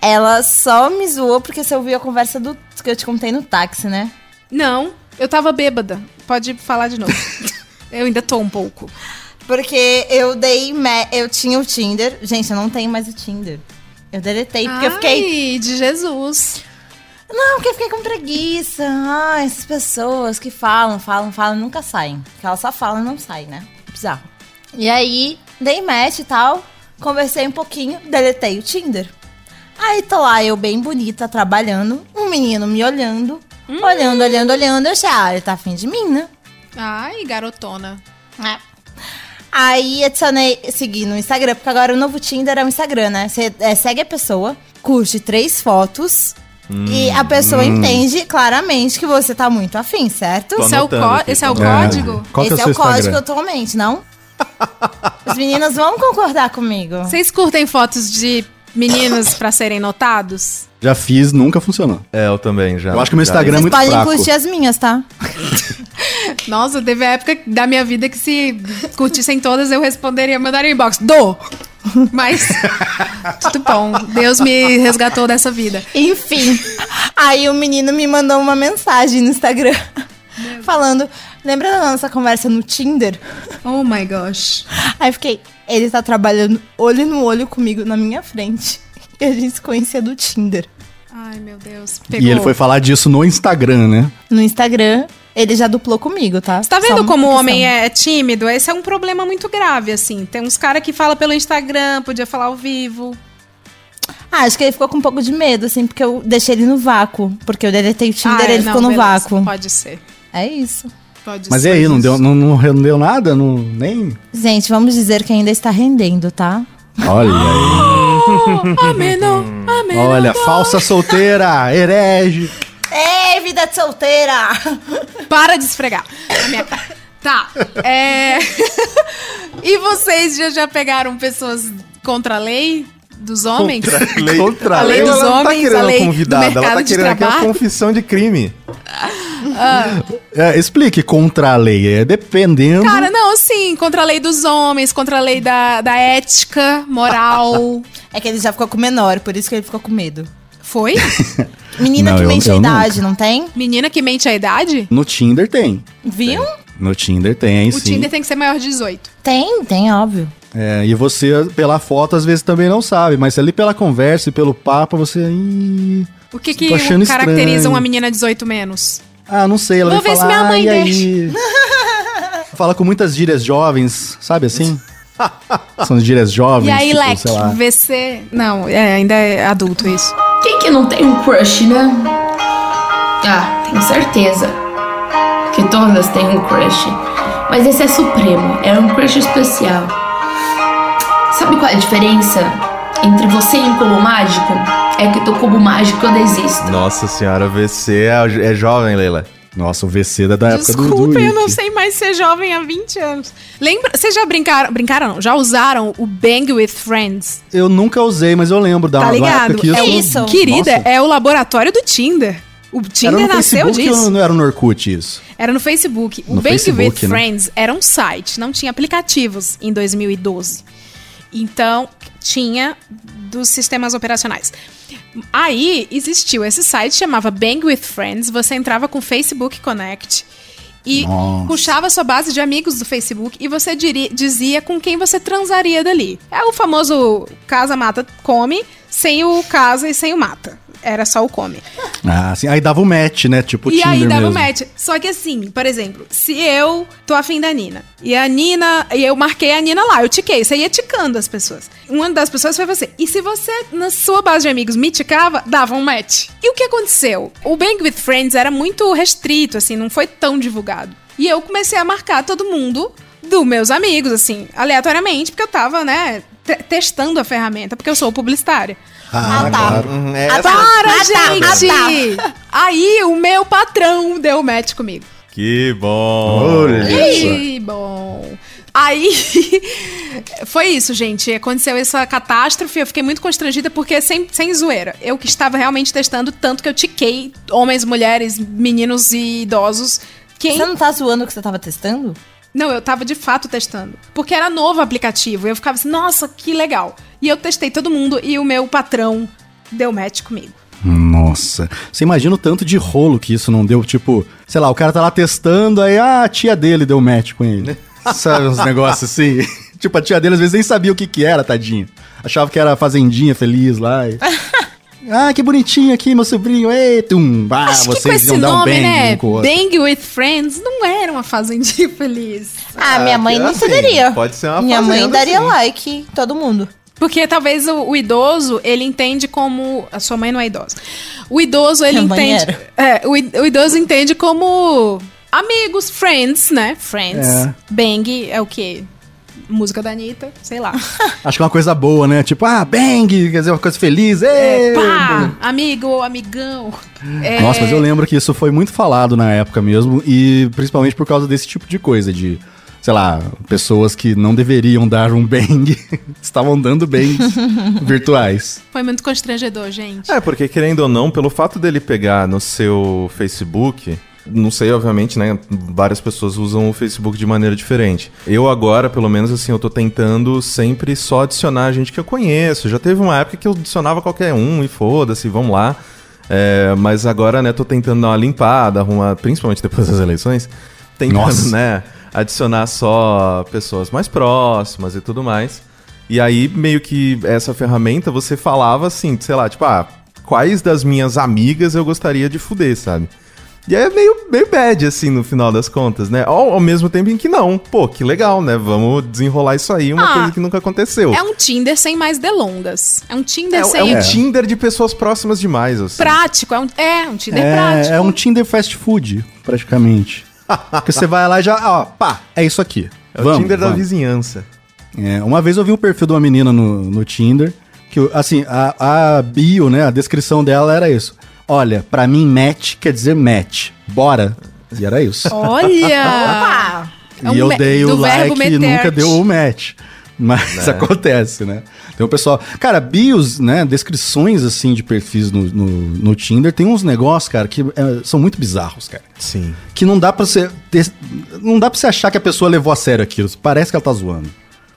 Ela só me zoou porque você ouviu a conversa do que eu te contei no táxi, né? Não, eu tava bêbada. Pode falar de novo. eu ainda tô um pouco. Porque eu dei. me- Eu tinha o Tinder. Gente, eu não tenho mais o Tinder. Eu deletei, porque eu fiquei. Ai, de Jesus. Não, porque eu fiquei com preguiça. Ah, essas pessoas que falam, falam, falam, nunca saem. Porque elas só falam e não saem, né? Bizarro. E aí, dei match e tal. Conversei um pouquinho, deletei o Tinder. Aí tô lá, eu bem bonita, trabalhando. Um menino me olhando. Olhando, olhando, olhando. Eu achei, ah, ele tá afim de mim, né? Ai, garotona. É. Aí adicionei, segui no Instagram, porque agora o novo Tinder é o Instagram, né? Você é, segue a pessoa, curte três fotos e Hum, a pessoa entende claramente que você tá muito afim, certo? Tô Esse é, o anotando có- aqui, esse é o tô código? Qual que Esse é é, o seu o código Instagram? atualmente, não? Os meninos vão concordar comigo. Vocês curtem fotos de meninos pra serem notados? Já fiz, nunca funcionou. É, eu também já. Eu acho que o meu já- Instagram- é Vocês muito podem fraco. curtir as minhas, tá? Nossa, teve a época da minha vida que se curtissem todas, eu responderia, mandaria um inbox. Dou! Mas, tudo bom. Deus me resgatou dessa vida. Enfim, aí o menino me mandou uma mensagem no Instagram falando: lembra da nossa conversa no Tinder? Oh my gosh. Aí fiquei, ele tá trabalhando olho no olho comigo na minha frente. E a gente se conhecia do Tinder. Ai, meu Deus. Pegou. E ele foi falar disso no Instagram, né? No Instagram, ele já duplou comigo, tá? Você tá vendo como o homem é tímido? Esse é um problema muito grave, assim. Tem uns caras que falam pelo Instagram, podia falar ao vivo. é? Ah, acho que ele ficou com um pouco de medo, assim, porque eu deixei ele no vácuo. Porque eu deletei o Tinder, Ah, é, ele não, ficou no beleza. vácuo. Pode ser. É isso. Pode Mas e ser. aí, não deu, não, não rendeu nada? Não, nem? Gente, vamos dizer que ainda está rendendo, tá? Olha aí. Oh, Ameno, ameno. Olha, falsa solteira, herege. Ei, vida de solteira! Para de esfregar na minha cara. Tá. É... e vocês já, já pegaram pessoas contra a lei dos homens? Lei- Contra a lei dos é ela não tá homens, querendo a lei do convidada, ela tá mercado de querendo aqui uma trabalho. confissão de crime. É, explique contra a lei. É dependendo. Cara, não, sim, contra a lei dos homens, contra a lei da, da ética, moral. É que ele já ficou com o menor, por isso que ele ficou com medo. Foi? Menina Não, que eu- mente a eu nunca. idade, não tem? Menina que mente a idade? No Tinder tem. Viu? No Tinder tem, O sim. Tinder tem que ser maior de 18. Tem, tem, óbvio. É, e você, pela foto, às vezes também não sabe, mas ali pela conversa e pelo papo, você. "Ih, O que que Tô achando caracteriza estranho. uma menina 18 menos? Ah, não sei, ela Vou vai ver se falar, minha mãe "Ah, e aí?" Fala com muitas gírias jovens, sabe assim? São as gírias jovens. e aí, tipo, Leque, sei lá. VC. Não, é, ainda é adulto isso. Quem que não tem um crush, né? Ah, tenho certeza que todas têm um crush. Mas esse é supremo, é um crush especial. Sabe qual é a diferença entre você e um cubo mágico? É que teu cubo mágico eu desisto. Nossa senhora, VC é, é jovem, Leila. Nossa, o VC da, da época do. Desculpa, do eu não Wiki. sei mais ser jovem há 20 anos. Lembra? Vocês já brincaram? Brincaram? não, Já usaram o Bang with Friends? Eu nunca usei, mas eu lembro da Tá da ligado? época que É isso. Querida, Nossa. é o laboratório do Tinder. O Tinder era no nasceu Facebook disso. ou não era no Orkut isso? Era no Facebook. O No Bang Facebook, with né? Friends era um site, não tinha aplicativos em 2012. Então, tinha dos sistemas operacionais. Aí existiu esse site, chamava Bang with Friends. Você entrava com Facebook Connect e Nossa. puxava sua base de amigos do Facebook e você diri- dizia com quem você transaria dali. É o famoso casa, mata, come, sem o casa e sem o mata. Era só o come Ah, sim. Aí dava o match, né? Tipo e Tinder aí dava o mesmo. match. Só que assim, por exemplo, se eu tô afim da Nina, e a Nina, e eu marquei a Nina lá, eu tiquei, você ia ticando as pessoas. Uma das pessoas foi você. E se você, na sua base de amigos, me ticava, dava um match. E o que aconteceu? O Bang with Friends era muito restrito, assim, não foi tão divulgado. E eu comecei a marcar todo mundo dos meus amigos, assim, aleatoriamente, porque eu tava, né, te- testando a ferramenta, porque eu sou publicitária. Ah, Ah, tá. claro. Hum, é essa- Para, tá, gente! Aí o meu patrão deu match comigo. Que bom. Olha. Que bom! Aí foi isso, gente. Aconteceu essa catástrofe. Eu fiquei muito constrangida porque, sem, sem zoeira, eu que estava realmente testando, tanto que eu tiquei homens, mulheres, meninos e idosos. Quem Você não tá zoando que você tava testando? não, eu tava de fato testando. Porque era novo o aplicativo. E eu ficava assim, nossa, que legal. E eu testei todo mundo e o meu patrão deu match comigo. Nossa. Você imagina o tanto de rolo que isso não deu? Tipo, sei lá, o cara tá lá testando, aí ah, a tia dele deu match com ele. Sabe uns negócios assim? Tipo, a tia dele às vezes nem sabia o que que era, tadinho. Achava que era a fazendinha feliz lá. e- ah, que bonitinho aqui, meu sobrinho. Ei, tum. Ah, Acho que com vocês esse iam dar um nome, bang né? um com o outro. Bang with Friends não era uma fazendinha feliz. Ah, minha mãe que não assim, cederia. pode assim. ser uma Minha mãe fazenda, daria sim. like em todo mundo. Porque talvez o, o idoso, ele entende como. A sua mãe não é idosa. O idoso, ele Minha mãe entende. É, o, i- o idoso entende como amigos, friends, né? Friends. É. Bang é o quê? Música da Anitta, sei lá. Acho que é uma coisa boa, né? Tipo, ah, bang, quer dizer, uma coisa feliz. Ei, É, Pá, amigo, amigão. É, É. Nossa, mas eu lembro que isso foi muito falado na época mesmo, e principalmente por causa desse tipo de coisa, de, sei lá, pessoas que não deveriam dar um bang, estavam dando bangs virtuais. Foi muito constrangedor, gente. É, porque querendo ou não, pelo fato dele pegar no seu Facebook, não sei, obviamente, né? Várias pessoas usam o Facebook de maneira diferente. Eu agora, pelo menos, assim, eu tô tentando sempre só adicionar gente que eu conheço. Já teve uma época que eu adicionava qualquer um e foda-se, vamos lá. É, mas agora, né, tô tentando dar uma limpada, arrumar, principalmente depois das eleições, tentando, Nossa. né, adicionar só pessoas mais próximas e tudo mais. E aí, meio que essa ferramenta, você falava assim, sei lá, tipo, ah, quais das minhas amigas eu gostaria de fuder, sabe? E aí é meio, meio bad, assim, no final das contas, né? Ao, ao mesmo tempo em que não. Pô, que legal, né? Vamos desenrolar isso aí, uma Ah, coisa que nunca aconteceu. É um Tinder sem mais delongas. É um Tinder É um- é sem. um Tinder de pessoas próximas demais, assim. Prático, é um, é um Tinder É, prático. é um Tinder fast food, praticamente. Porque você vai lá e já, ó, pá, é isso aqui. É o vamos, Tinder da vamos. vizinhança. É, uma vez eu vi um perfil de uma menina no, no Tinder, que, assim, a, a bio, né, a descrição dela era isso. Olha, pra mim, match quer dizer match. Bora. E era isso. Olha! Ah, É um e eu me- dei o do verbo like e meter. nunca deu o match. Mas acontece, né? Tem o pessoal. Cara, bios, né? Descrições assim de perfis no, no, no Tinder, tem uns negócios, cara, que eh, são muito bizarros, cara. Sim. Que não dá pra você. ter- não dá pra você achar que a pessoa levou a sério aquilo. Parece que ela tá zoando.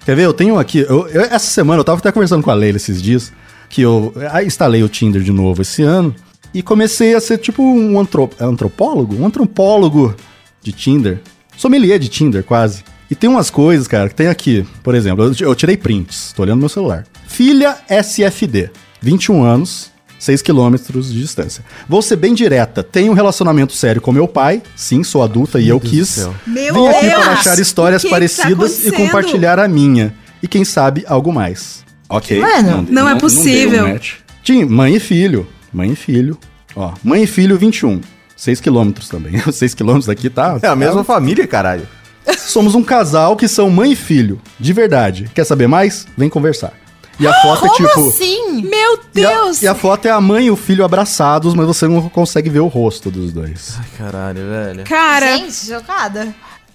Quer ver? Eu tenho aqui. eu- eu- essa semana eu tava até conversando com a Leila esses dias. Que eu aí instalei o Tinder de novo esse ano. E comecei a ser tipo um antro- antropólogo? Um antropólogo de Tinder. Sommelier de Tinder, quase. E tem umas coisas, cara, que tem aqui. Por exemplo, eu, ti- eu tirei prints. Tô olhando meu celular. Filha SFD. 21 anos. 6 quilômetros de distância. Vou ser bem direta. Tenho um relacionamento sério com meu pai. Sim, sou adulta e eu Deus do quis. céu. Meu Vim aqui Deus! para achar histórias O que que tá parecidas e acontecendo? compartilhar a minha. E quem sabe algo mais. Ok. Mano, não é possível. deu um match. Tim, mãe e filho. Mãe e filho. Ó, mãe e filho 21. 6 quilômetros também. 6 quilômetros aqui tá. É a mesma tá- família, caralho. Somos um casal que são mãe e filho. De verdade. Quer saber mais? Vem conversar. E Ah, a foto é tipo. Sim! Meu E a, Deus! e a foto é a mãe e o filho abraçados, mas você não consegue ver o rosto dos dois. Caralho, velho. Cara, Gente, chocada.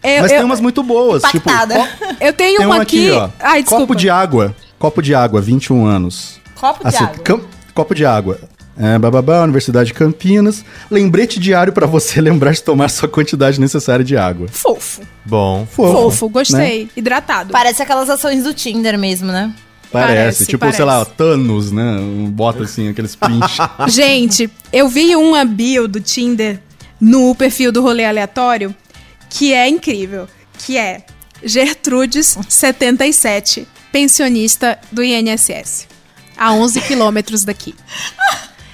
eu, mas tem eu- umas muito boas, Impactada. tipo. ó, eu tenho Tem uma uma aqui. Ai, desculpa. Copo de água. Copo de água, 21 anos. Copo de Assim, água. cam- Copo de água. É, bababá, Universidade de Campinas. Lembrete diário pra você lembrar de tomar sua quantidade necessária de água. Fofo. Bom. Fofo, Fofo, né? gostei. Hidratado. Parece aquelas ações do Tinder mesmo, né? Parece, Parece, tipo, parece. sei lá, Thanos, né? Um Bota assim, aqueles pinches. Gente, eu vi uma bio do Tinder no perfil do rolê aleatório que é incrível. Que é Gertrudes, 77, pensionista do INSS, a 11 quilômetros daqui.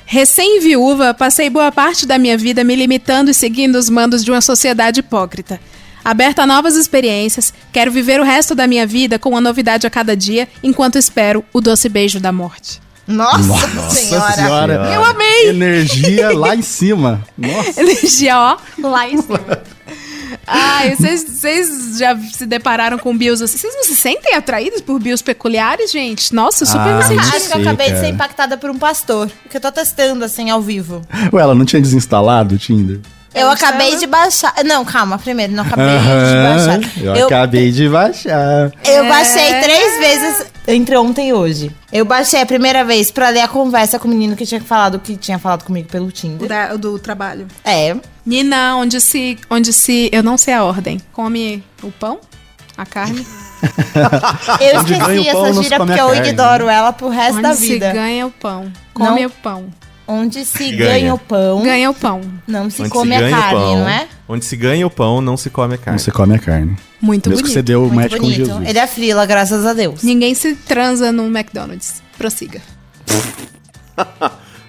Recém-viúva, passei boa parte da minha vida me limitando e seguindo os mandos de uma sociedade hipócrita. Aberta a novas experiências, quero viver o resto da minha vida com uma novidade a cada dia, enquanto espero o doce beijo da morte. Nossa, senhora. Eu amei! Energia lá em cima. Nossa. Energia, ó. Lá em cima. Ai, vocês- vocês já se depararam com bios assim? Vocês não se sentem atraídos por bios peculiares, gente? Nossa, eu super Ah, me senti. Acho que eu Sei, acabei de cara. ser impactada por um pastor. Que eu tô testando, assim, ao vivo. Ué, ela não tinha desinstalado o Tinder? Eu acabei de baixar. Não, calma, primeiro, não acabei Aham, de baixar. eu, acabei de baixar. Eu baixei três vezes entre ontem e hoje. Eu baixei a primeira vez pra ler a conversa com o menino que tinha falado que tinha falado comigo pelo O Tinder. da- do trabalho. É. Nina, onde se, onde se. Eu não sei a ordem. Come o pão, a carne. Eu Onde ganha o esqueci pão, essa não se gira come a porque eu carne. né? ignoro ela pro resto onde da se vida. ganha o pão. Come Não. o pão. Onde se Ganha. ganha. o pão, Ganha o pão. não se Onde come a ganha o carne, pão- não é? Onde se ganha o pão, não se come a Não carne. se come a carne. Muito Mesmo que você bonito. deu o Muito match com bonito. Jesus. Ele é frila, graças a Deus. Ninguém se transa no McDonald's. Prossiga.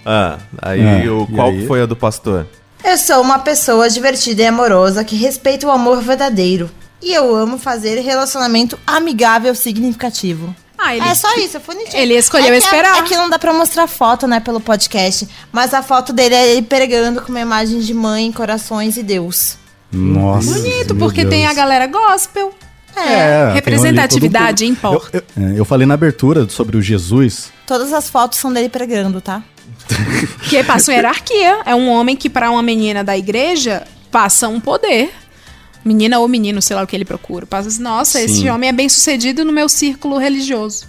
Ah, aí Ah, o, e qual aí? foi a do pastor? Eu sou uma pessoa divertida e amorosa que respeita o amor verdadeiro. E eu amo fazer relacionamento amigável significativo. Ah, ele, É só isso, é bonitinho. ele escolheu é que, esperar. É que não dá pra mostrar foto, né, pelo podcast. Mas a foto dele é ele pregando com uma imagem de mãe, corações e Deus. Nossa. é Bonito, meu porque Deus. tem a galera gospel. É, Representatividade tem ali todo um- importa. Eu, eu- é, eu falei na abertura sobre o Jesus. Todas as fotos são dele pregando, tá? Que passa uma hierarquia. É um homem que, pra uma menina da igreja, passa um poder. Menina ou menino, sei lá o que ele procura. Passa assim, nossa, Sim. esse homem é bem sucedido no meu círculo religioso.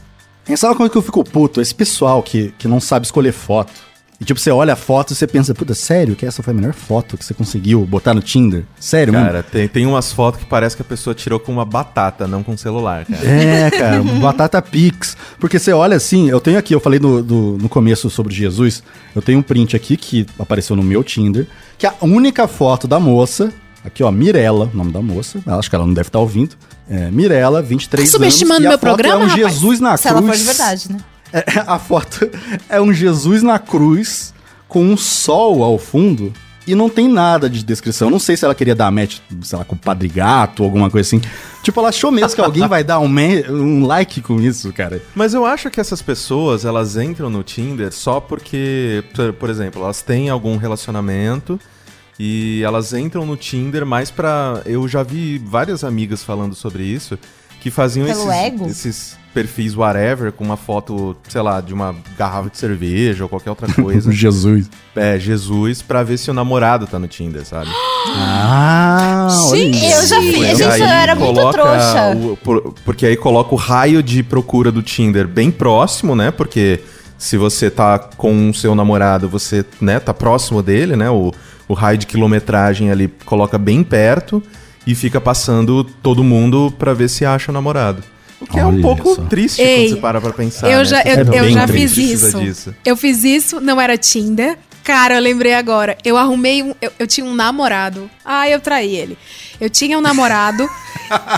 E sabe como é que eu fico puto? Esse pessoal que, que não sabe escolher foto. E tipo, você olha a foto e você pensa, puta, sério que essa foi a melhor foto que você conseguiu botar no Tinder? Sério mesmo? Cara, tem, tem umas fotos que parece que a pessoa tirou com uma batata, não com um celular, cara. É, cara, batata pix. Porque você olha assim, eu tenho aqui, eu falei no, do- no começo sobre Jesus, eu tenho um print aqui que apareceu no meu Tinder, que a única foto da moça, aqui ó, Mirella, o nome da moça, ela- acho que ela não deve estar ouvindo, é, Mirella, 23 Tá subestimando anos, e a meu foto é um programa, rapaz? Jesus na Se cruz. ela for de verdade, né? É, a foto é um Jesus na cruz com um sol ao fundo e não tem nada de descrição. Não sei se ela queria dar match, sei lá, com o Padre Gato ou alguma coisa assim. Tipo, ela achou mesmo que alguém vai dar um, me- um like com isso, cara. Mas eu acho que essas pessoas, elas entram no Tinder só porque, por, por exemplo, elas têm algum relacionamento e elas entram no Tinder mais pra. Eu já vi várias amigas falando sobre isso que faziam Pelo esses, ego? esses perfis whatever com uma foto, sei lá, de uma garrafa de cerveja ou qualquer outra coisa. Um Jesus. é, Jesus, pra ver se o namorado tá no Tinder, sabe? Ah, olha Sim, isso. Eu já fiz, E gente, aí eu era muito coloca trouxa. o- por- porque aí coloca o raio de procura do Tinder bem próximo, né? Porque se você tá com o seu namorado, você né, tá próximo dele, né? O, o raio de quilometragem ali coloca bem perto e fica passando todo mundo pra ver se acha o namorado. O que é um Olha pouco só. triste Ei, quando você para pra pensar. eu né? já- Você eu- eu bem já triste, fiz precisa isso. disso. Eu fiz isso, não era Tinder. Cara, eu lembrei agora. Eu arrumei um. Eu, eu tinha um namorado. Ah, eu traí ele. Eu tinha um namorado.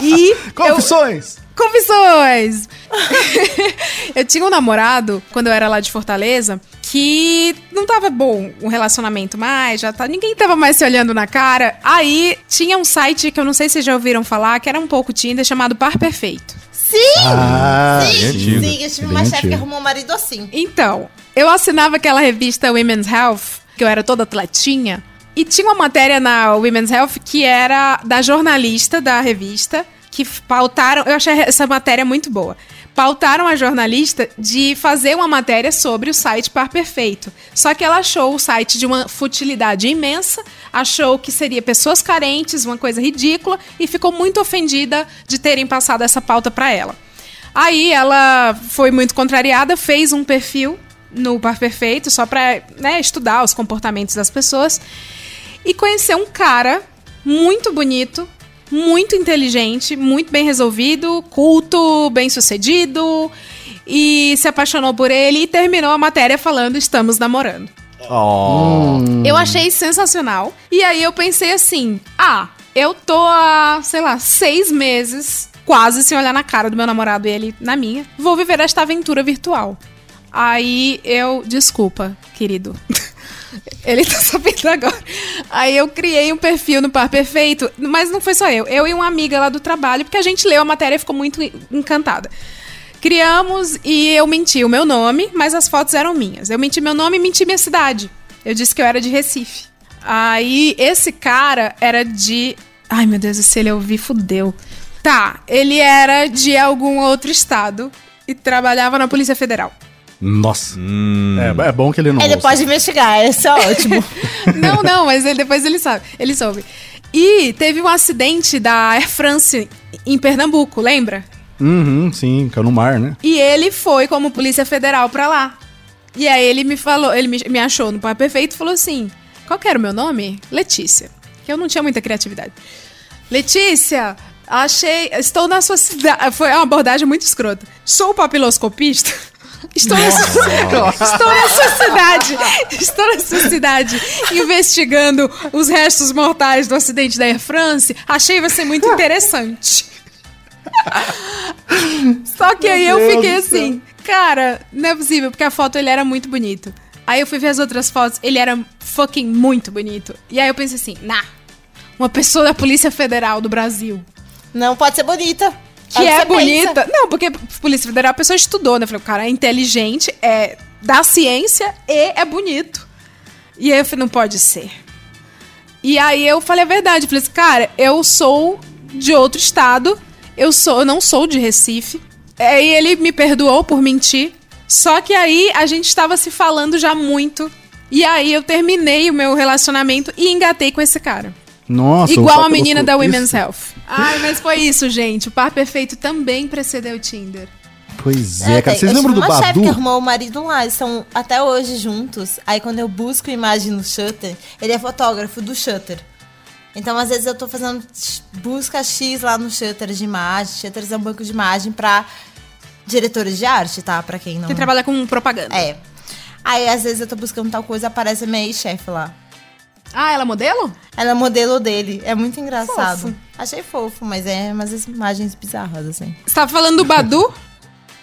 e. eu- Confissões! Confissões! eu tinha um namorado, quando eu era lá de Fortaleza, que não tava bom o relacionamento mais, já tá, ninguém tava mais se olhando na cara. Aí tinha um site que eu não sei se vocês já ouviram falar, que era um pouco Tinder, chamado Par Perfeito. Ah, sim, antigo. sim, eu tive Bem uma chefe que antigo. arrumou um marido assim. Então, eu assinava aquela revista Women's Health, que eu era toda atletinha, e tinha uma matéria na Women's Health que era da jornalista da revista, que f- pautaram. Eu achei essa matéria muito boa. Pautaram a jornalista de fazer uma matéria sobre o site Par Perfeito. Só que ela achou o site de uma futilidade imensa, achou que seria pessoas carentes, uma coisa ridícula, e ficou muito ofendida de terem passado essa pauta para ela. Aí ela foi muito contrariada, fez um perfil no Par Perfeito só pra né, estudar os comportamentos das pessoas e conheceu um cara muito bonito, muito inteligente, muito bem resolvido, culto, bem sucedido e se apaixonou por ele e terminou a matéria falando estamos namorando. Oh. Eu achei sensacional. E aí eu pensei assim: ah, eu tô há, sei lá, seis meses quase sem olhar na cara do meu namorado e ele na minha. Vou viver esta aventura virtual. Aí eu. Desculpa, querido. Ele tá sabendo agora. Aí eu criei um perfil no Par Perfeito, mas não foi só eu. Eu e uma amiga lá do trabalho, porque a gente leu a matéria e ficou muito encantada. Criamos e eu menti o meu nome, mas as fotos eram minhas. Eu menti meu nome e menti minha cidade. Eu disse que eu era de Recife. Aí esse cara era de. Ai meu Deus, se ele ouvir, fudeu. Tá, ele era de algum outro estado e trabalhava na Polícia Federal. Nossa. É, é bom que ele não Ele ouça. pode investigar, isso é ótimo. Não, não, mas ele- depois ele sabe. Ele soube. E teve um acidente da Air France em Pernambuco, lembra? Uhum, sim, caiu no mar, né? E ele foi como Polícia Federal pra lá. E aí ele me falou, ele me, me achou no Pai Perfeito e falou assim: qual que era o meu nome? Letícia. Que eu não tinha muita criatividade. Letícia, achei. Estou na sua cidade. Foi uma abordagem muito escrota. Sou papiloscopista? Estou na, sua, estou na sua cidade. Estou na sua cidade investigando os restos mortais do acidente da Air France. Achei você muito interessante. Só que aí eu Deus fiquei do céu. assim, cara, não é possível, porque a foto ele era muito bonito. Aí eu fui ver as outras fotos, ele era fucking muito bonito. E aí eu pensei assim, nah, uma pessoa da Polícia Federal do Brasil. Não pode ser bonita. Que o é você bonita. pensa. Não, porque Polícia Federal a pessoa estudou, né? Eu falei, o cara é inteligente, é da ciência e é bonito. E aí eu falei, não pode ser. E aí eu falei a verdade. Eu falei assim, cara, eu sou de outro estado. Eu, sou, eu não sou de Recife. Aí ele me perdoou por mentir. Só que aí a gente estava se falando já muito. E aí eu terminei o meu relacionamento e engatei com esse cara. Nossa, o Igual a papel- menina da isso- Women's Health. Ai, mas foi isso, gente. O par perfeito também precedeu o Tinder. Pois Eu é, cara. tenho- Vocês eu lembram do tive uma chefe que Badu? arrumou o marido lá, eles estão até hoje juntos. Aí quando eu busco imagem no Shutter, ele é fotógrafo do Shutter. Então às vezes eu tô fazendo x- busca X lá no Shutter de imagem. Shutter é um banco de imagem pra diretores de arte, tá? Pra quem não... Que trabalha com propaganda. É. Aí às vezes eu tô buscando tal coisa, aparece a minha ex-chefe lá. Ah, ela é modelo? Ela é modelo dele. É muito engraçado. Fofo. Achei fofo, mas é umas imagens bizarras, assim. Você tava falando do Badu?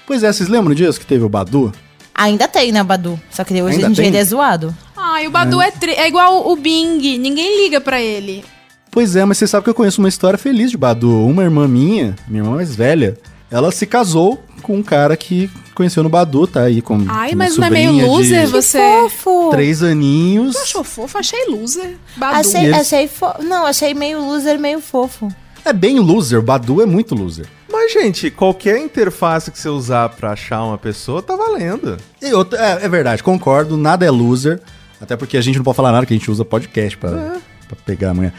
Pois é, vocês lembram disso que teve o Badu? Ainda tem, né, o Badu? Só que hoje Ainda em dia tem? ele é zoado. Ai, o Badu é, tri- é igual o Bing. Ninguém liga pra ele. Pois é, mas você sabe que eu conheço uma história feliz de Badu. Uma irmã minha, minha irmã mais velha, ela se casou com um cara que conheceu no Badu, tá aí com Ai, uma mas não é meio sobrinha de loser você? Fofo! Três aninhos. Achou fofo? Achei loser. Badu. Achei, Eles- achei fofo. Não, achei meio loser, meio fofo. É bem loser, Badu é muito loser. Mas, gente, qualquer interface que você usar pra achar uma pessoa, tá valendo. E outra- é, é verdade, concordo, nada é loser. Até porque a gente não pode falar nada que a gente usa podcast pra, É. pra pegar amanhã.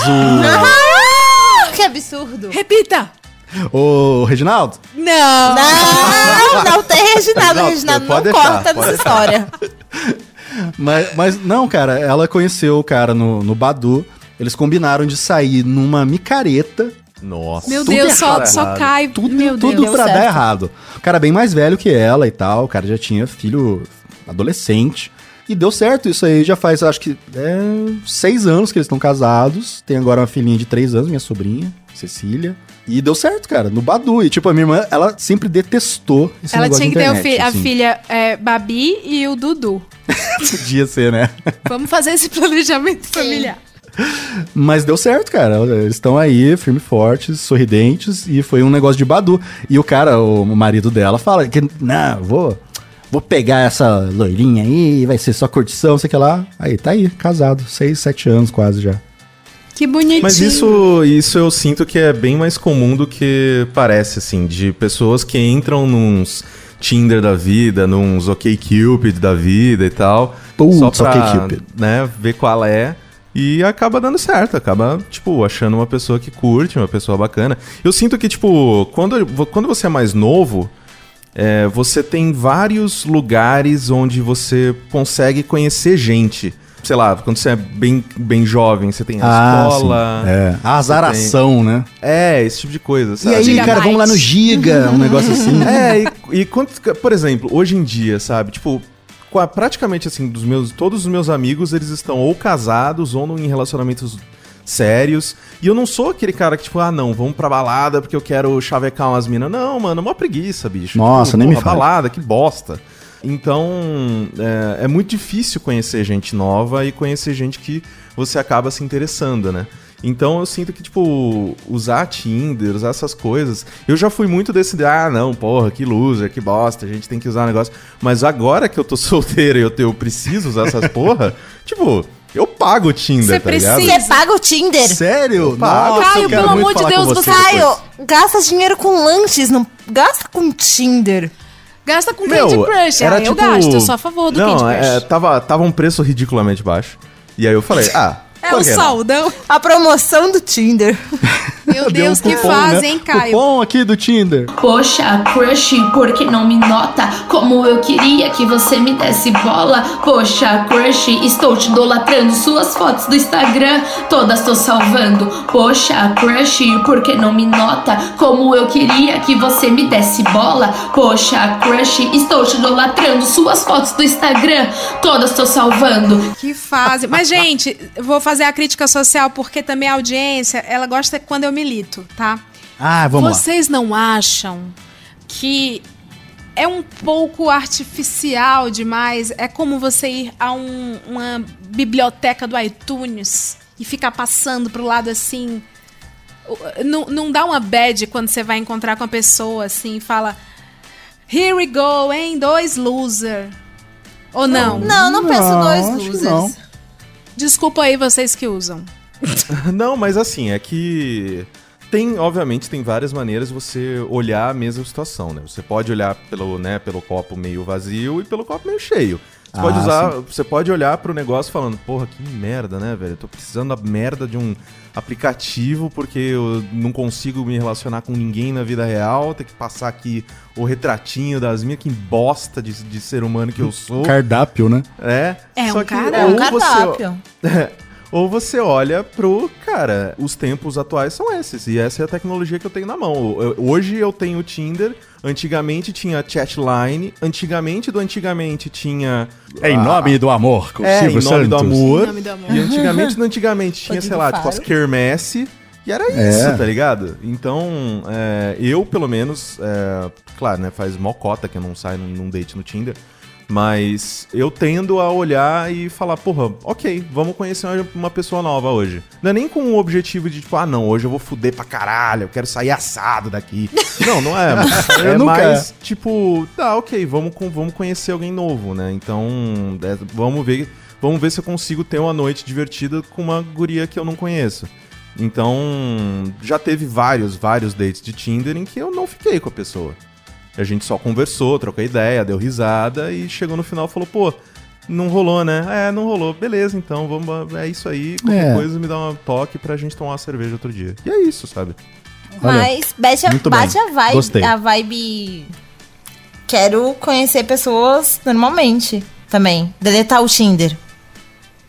o. Ah, Que absurdo! Repita! Ô, Reginaldo, Não! Não, não tem Reginaldo. Não, Reginaldo não pode deixar, corta pode nessa história. Mas, mas não, cara, ela conheceu o cara no, no Badu. Eles combinaram de sair numa micareta. Nossa. Meu Tudo Deus, só, errado. só cai. Tudo, Meu tudo Deus. pra Deu dar certo. errado. O cara bem mais velho que ela e tal. O cara já tinha filho adolescente. E deu certo isso aí. Já faz, acho que, é, seis anos que eles estão casados. Tem agora uma filhinha de três anos, minha sobrinha, Cecília. E deu certo, cara, no Badu. E, tipo, a minha irmã, ela sempre detestou esse Ela negócio tinha de que ter o internet, fi- a assim. filha é, Babi e o Dudu. Podia ser, né? Vamos fazer esse planejamento familiar. Mas deu certo, cara. Eles estão aí, firme e fortes, sorridentes, e foi um negócio de Badu. E o cara, o marido dela, fala que, não, vou, vou pegar essa loirinha aí, vai ser só curtição, sei que lá. Aí, tá aí, casado, seis, sete anos quase já. Que bonitinho. Mas isso, isso eu sinto que é bem mais comum do que parece, assim, de pessoas que entram nos Tinder da vida, nos OkCupid da vida e tal. Putz, só pra, OkCupid. né, ver qual é. E acaba dando certo, acaba, tipo, achando uma pessoa que curte, uma pessoa bacana. Eu sinto que, tipo, quando, quando você é mais novo, é, você tem vários lugares onde você consegue conhecer gente. Sei lá, quando você é bem, bem jovem, você tem a escola. sim. É, a azaração, né? É, esse tipo de coisa, E sabe? aí, Gigabyte. cara, vamos lá no Giga, um negócio assim. É, e, e quanto. Por exemplo, hoje em dia, sabe? Tipo, com a- praticamente assim, dos meus, todos os meus amigos, eles estão ou casados ou em relacionamentos sérios. E eu não sou aquele cara que, tipo, ah, não, vamos pra balada porque eu quero chavecar umas minas. Não, mano, é uma preguiça, bicho. Nossa, tipo, nem me porra, fale. balada, que bosta. Então, é, é muito difícil conhecer gente nova e conhecer gente que você acaba se interessando, né? Então eu sinto que, tipo, usar Tinder, usar essas coisas. Eu já fui muito desse de, ah, não, porra, que loser, que bosta, a gente tem que usar negócio. Mas agora que eu tô solteiro e eu, te- eu preciso usar essas porra, tipo, eu pago o Tinder, Você tá ligado? precisa. Você paga o Tinder. Sério? Opa. Nossa, Caio, eu quero pelo muito amor de falar com Deus, você você- depois. Caio, gasta dinheiro com lanches, não gasta com Tinder. Gasta com Candy Crush. Ah, eu gasto, eu sou a favor do tipo- não, Candy Crush. é, tava, tava um preço ridiculamente baixo. E aí eu falei, ah... É por o que não? saldão. A promoção do Tinder. Meu Deu um Deus, que cupom, faz, né? hein, Caio? Cupom aqui do Tinder. Poxa, crush, por que não me nota? Como eu queria que você me desse bola. Poxa, crush, estou te idolatrando. Suas fotos do Instagram, todas tô salvando. Poxa, crush, por que não me nota? Como eu queria que você me desse bola. Poxa, crush, estou te idolatrando. Suas fotos do Instagram, todas tô salvando. Que fase. Mas, gente, eu vou fazer a crítica social porque também a audiência, ela gosta quando eu milito, tá? Ah, vamos lá. Vocês não acham que é um pouco artificial demais? É como você ir a um- uma biblioteca do iTunes e ficar passando pro lado assim. O- Não, não dá uma bad quando você vai encontrar com a pessoa assim e fala: Here we go, hein? Dois loser. Ou não? Não, não, penso dois acho que losers. não. Desculpa aí vocês que usam. Não, mas assim, é que tem, obviamente, tem várias maneiras de você olhar a mesma situação, né? Você pode olhar pelo, né, pelo copo meio vazio e pelo copo meio cheio. Você Ah, pode usar, você pode olhar pro negócio falando, porra, que merda, né, velho? Eu tô precisando da merda de um aplicativo porque eu não consigo me relacionar com ninguém na vida real, tem que passar aqui o retratinho das minhas, que bosta de, de ser humano que eu sou. Cardápio, né? É, É um que cara- É um ou você- cardápio. ou você olha pro, cara, os tempos atuais são esses, e essa é a tecnologia que eu tenho na mão. Eu- hoje eu tenho Tinder, antigamente tinha Chatline, antigamente do antigamente tinha... É em nome do amor, com é, em nome do amor, Em nome do amor. e antigamente do antigamente tinha, Rodrigo sei lá, tipo Faro. as quermesse, e era É. isso, tá ligado? Então, é, eu pelo menos, é, claro, né, faz mocota que eu não saio num, num date no Tinder, mas eu tendo a olhar e falar, porra, ok, vamos conhecer uma- uma pessoa nova hoje. Não é nem com o objetivo de, tipo, ah, não, hoje eu vou fuder pra caralho, eu quero sair assado daqui. Não, não é. mas Eu é nunca. mais, tipo, tá, ok, vamos, com, vamos conhecer alguém novo, né? Então, é, vamos ver vamos ver se eu consigo ter uma noite divertida com uma guria que eu não conheço. Então, já teve vários, vários dates de Tinder em que eu não fiquei com a pessoa. A gente só conversou, trocou ideia, deu risada e chegou no final e falou, pô, não rolou, né? É, não rolou. Beleza, então, vamos, é isso aí. Qualquer É. coisa me dá um toque pra gente tomar uma cerveja outro dia. E é isso, sabe? Olha, Mas bate, a, muito bate bem. a vibe. Gostei. A vibe. Quero conhecer pessoas normalmente também. Deletar o Tinder.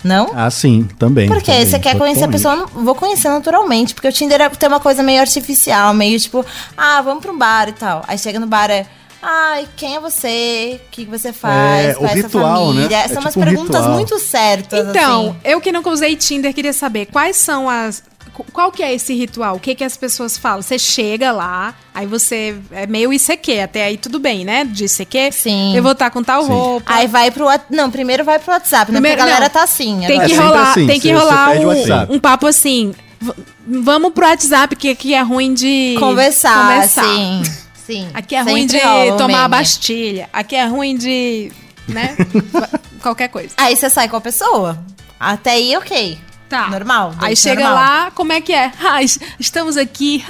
Não? Ah, sim, também. Porque também, você quer conhecer a totalmente. pessoa, eu não- vou conhecer naturalmente. Porque o Tinder é- tem uma coisa meio artificial, meio tipo, ah, vamos pra um bar e tal. Aí chega no bar, é, ai, quem é você? O que que você faz? É, o Qual é a sua ritual, né? família? É São umas tipo um perguntas ritual. muito certas. Então, assim. eu que nunca usei Tinder, queria saber quais são as. qu- Qual que é esse ritual? O que que as pessoas falam? Você chega lá, aí você é meio ICQ, até aí tudo bem, né? De ICQ. assim. Sim. Eu vou estar com tal Sim. roupa. Aí vai pro. What- Não, primeiro vai pro WhatsApp, né? Primeiro- Porque a galera não. tá assim. tem agora. que É sempre rolar, assim, tem que você- você rolar pede um, WhatsApp. um papo assim. v- Vamos pro WhatsApp, que aqui é ruim de. conversar, conversar. sim. Sim. Aqui é ruim Sempre de rola um tomar a meme. bastilha. Aqui é ruim de. né? Va- Qualquer coisa. Aí você sai com a pessoa. Até aí, ok. Tá. Normal. Aí date chega normal. lá, como é que é? Ah, es- estamos aqui.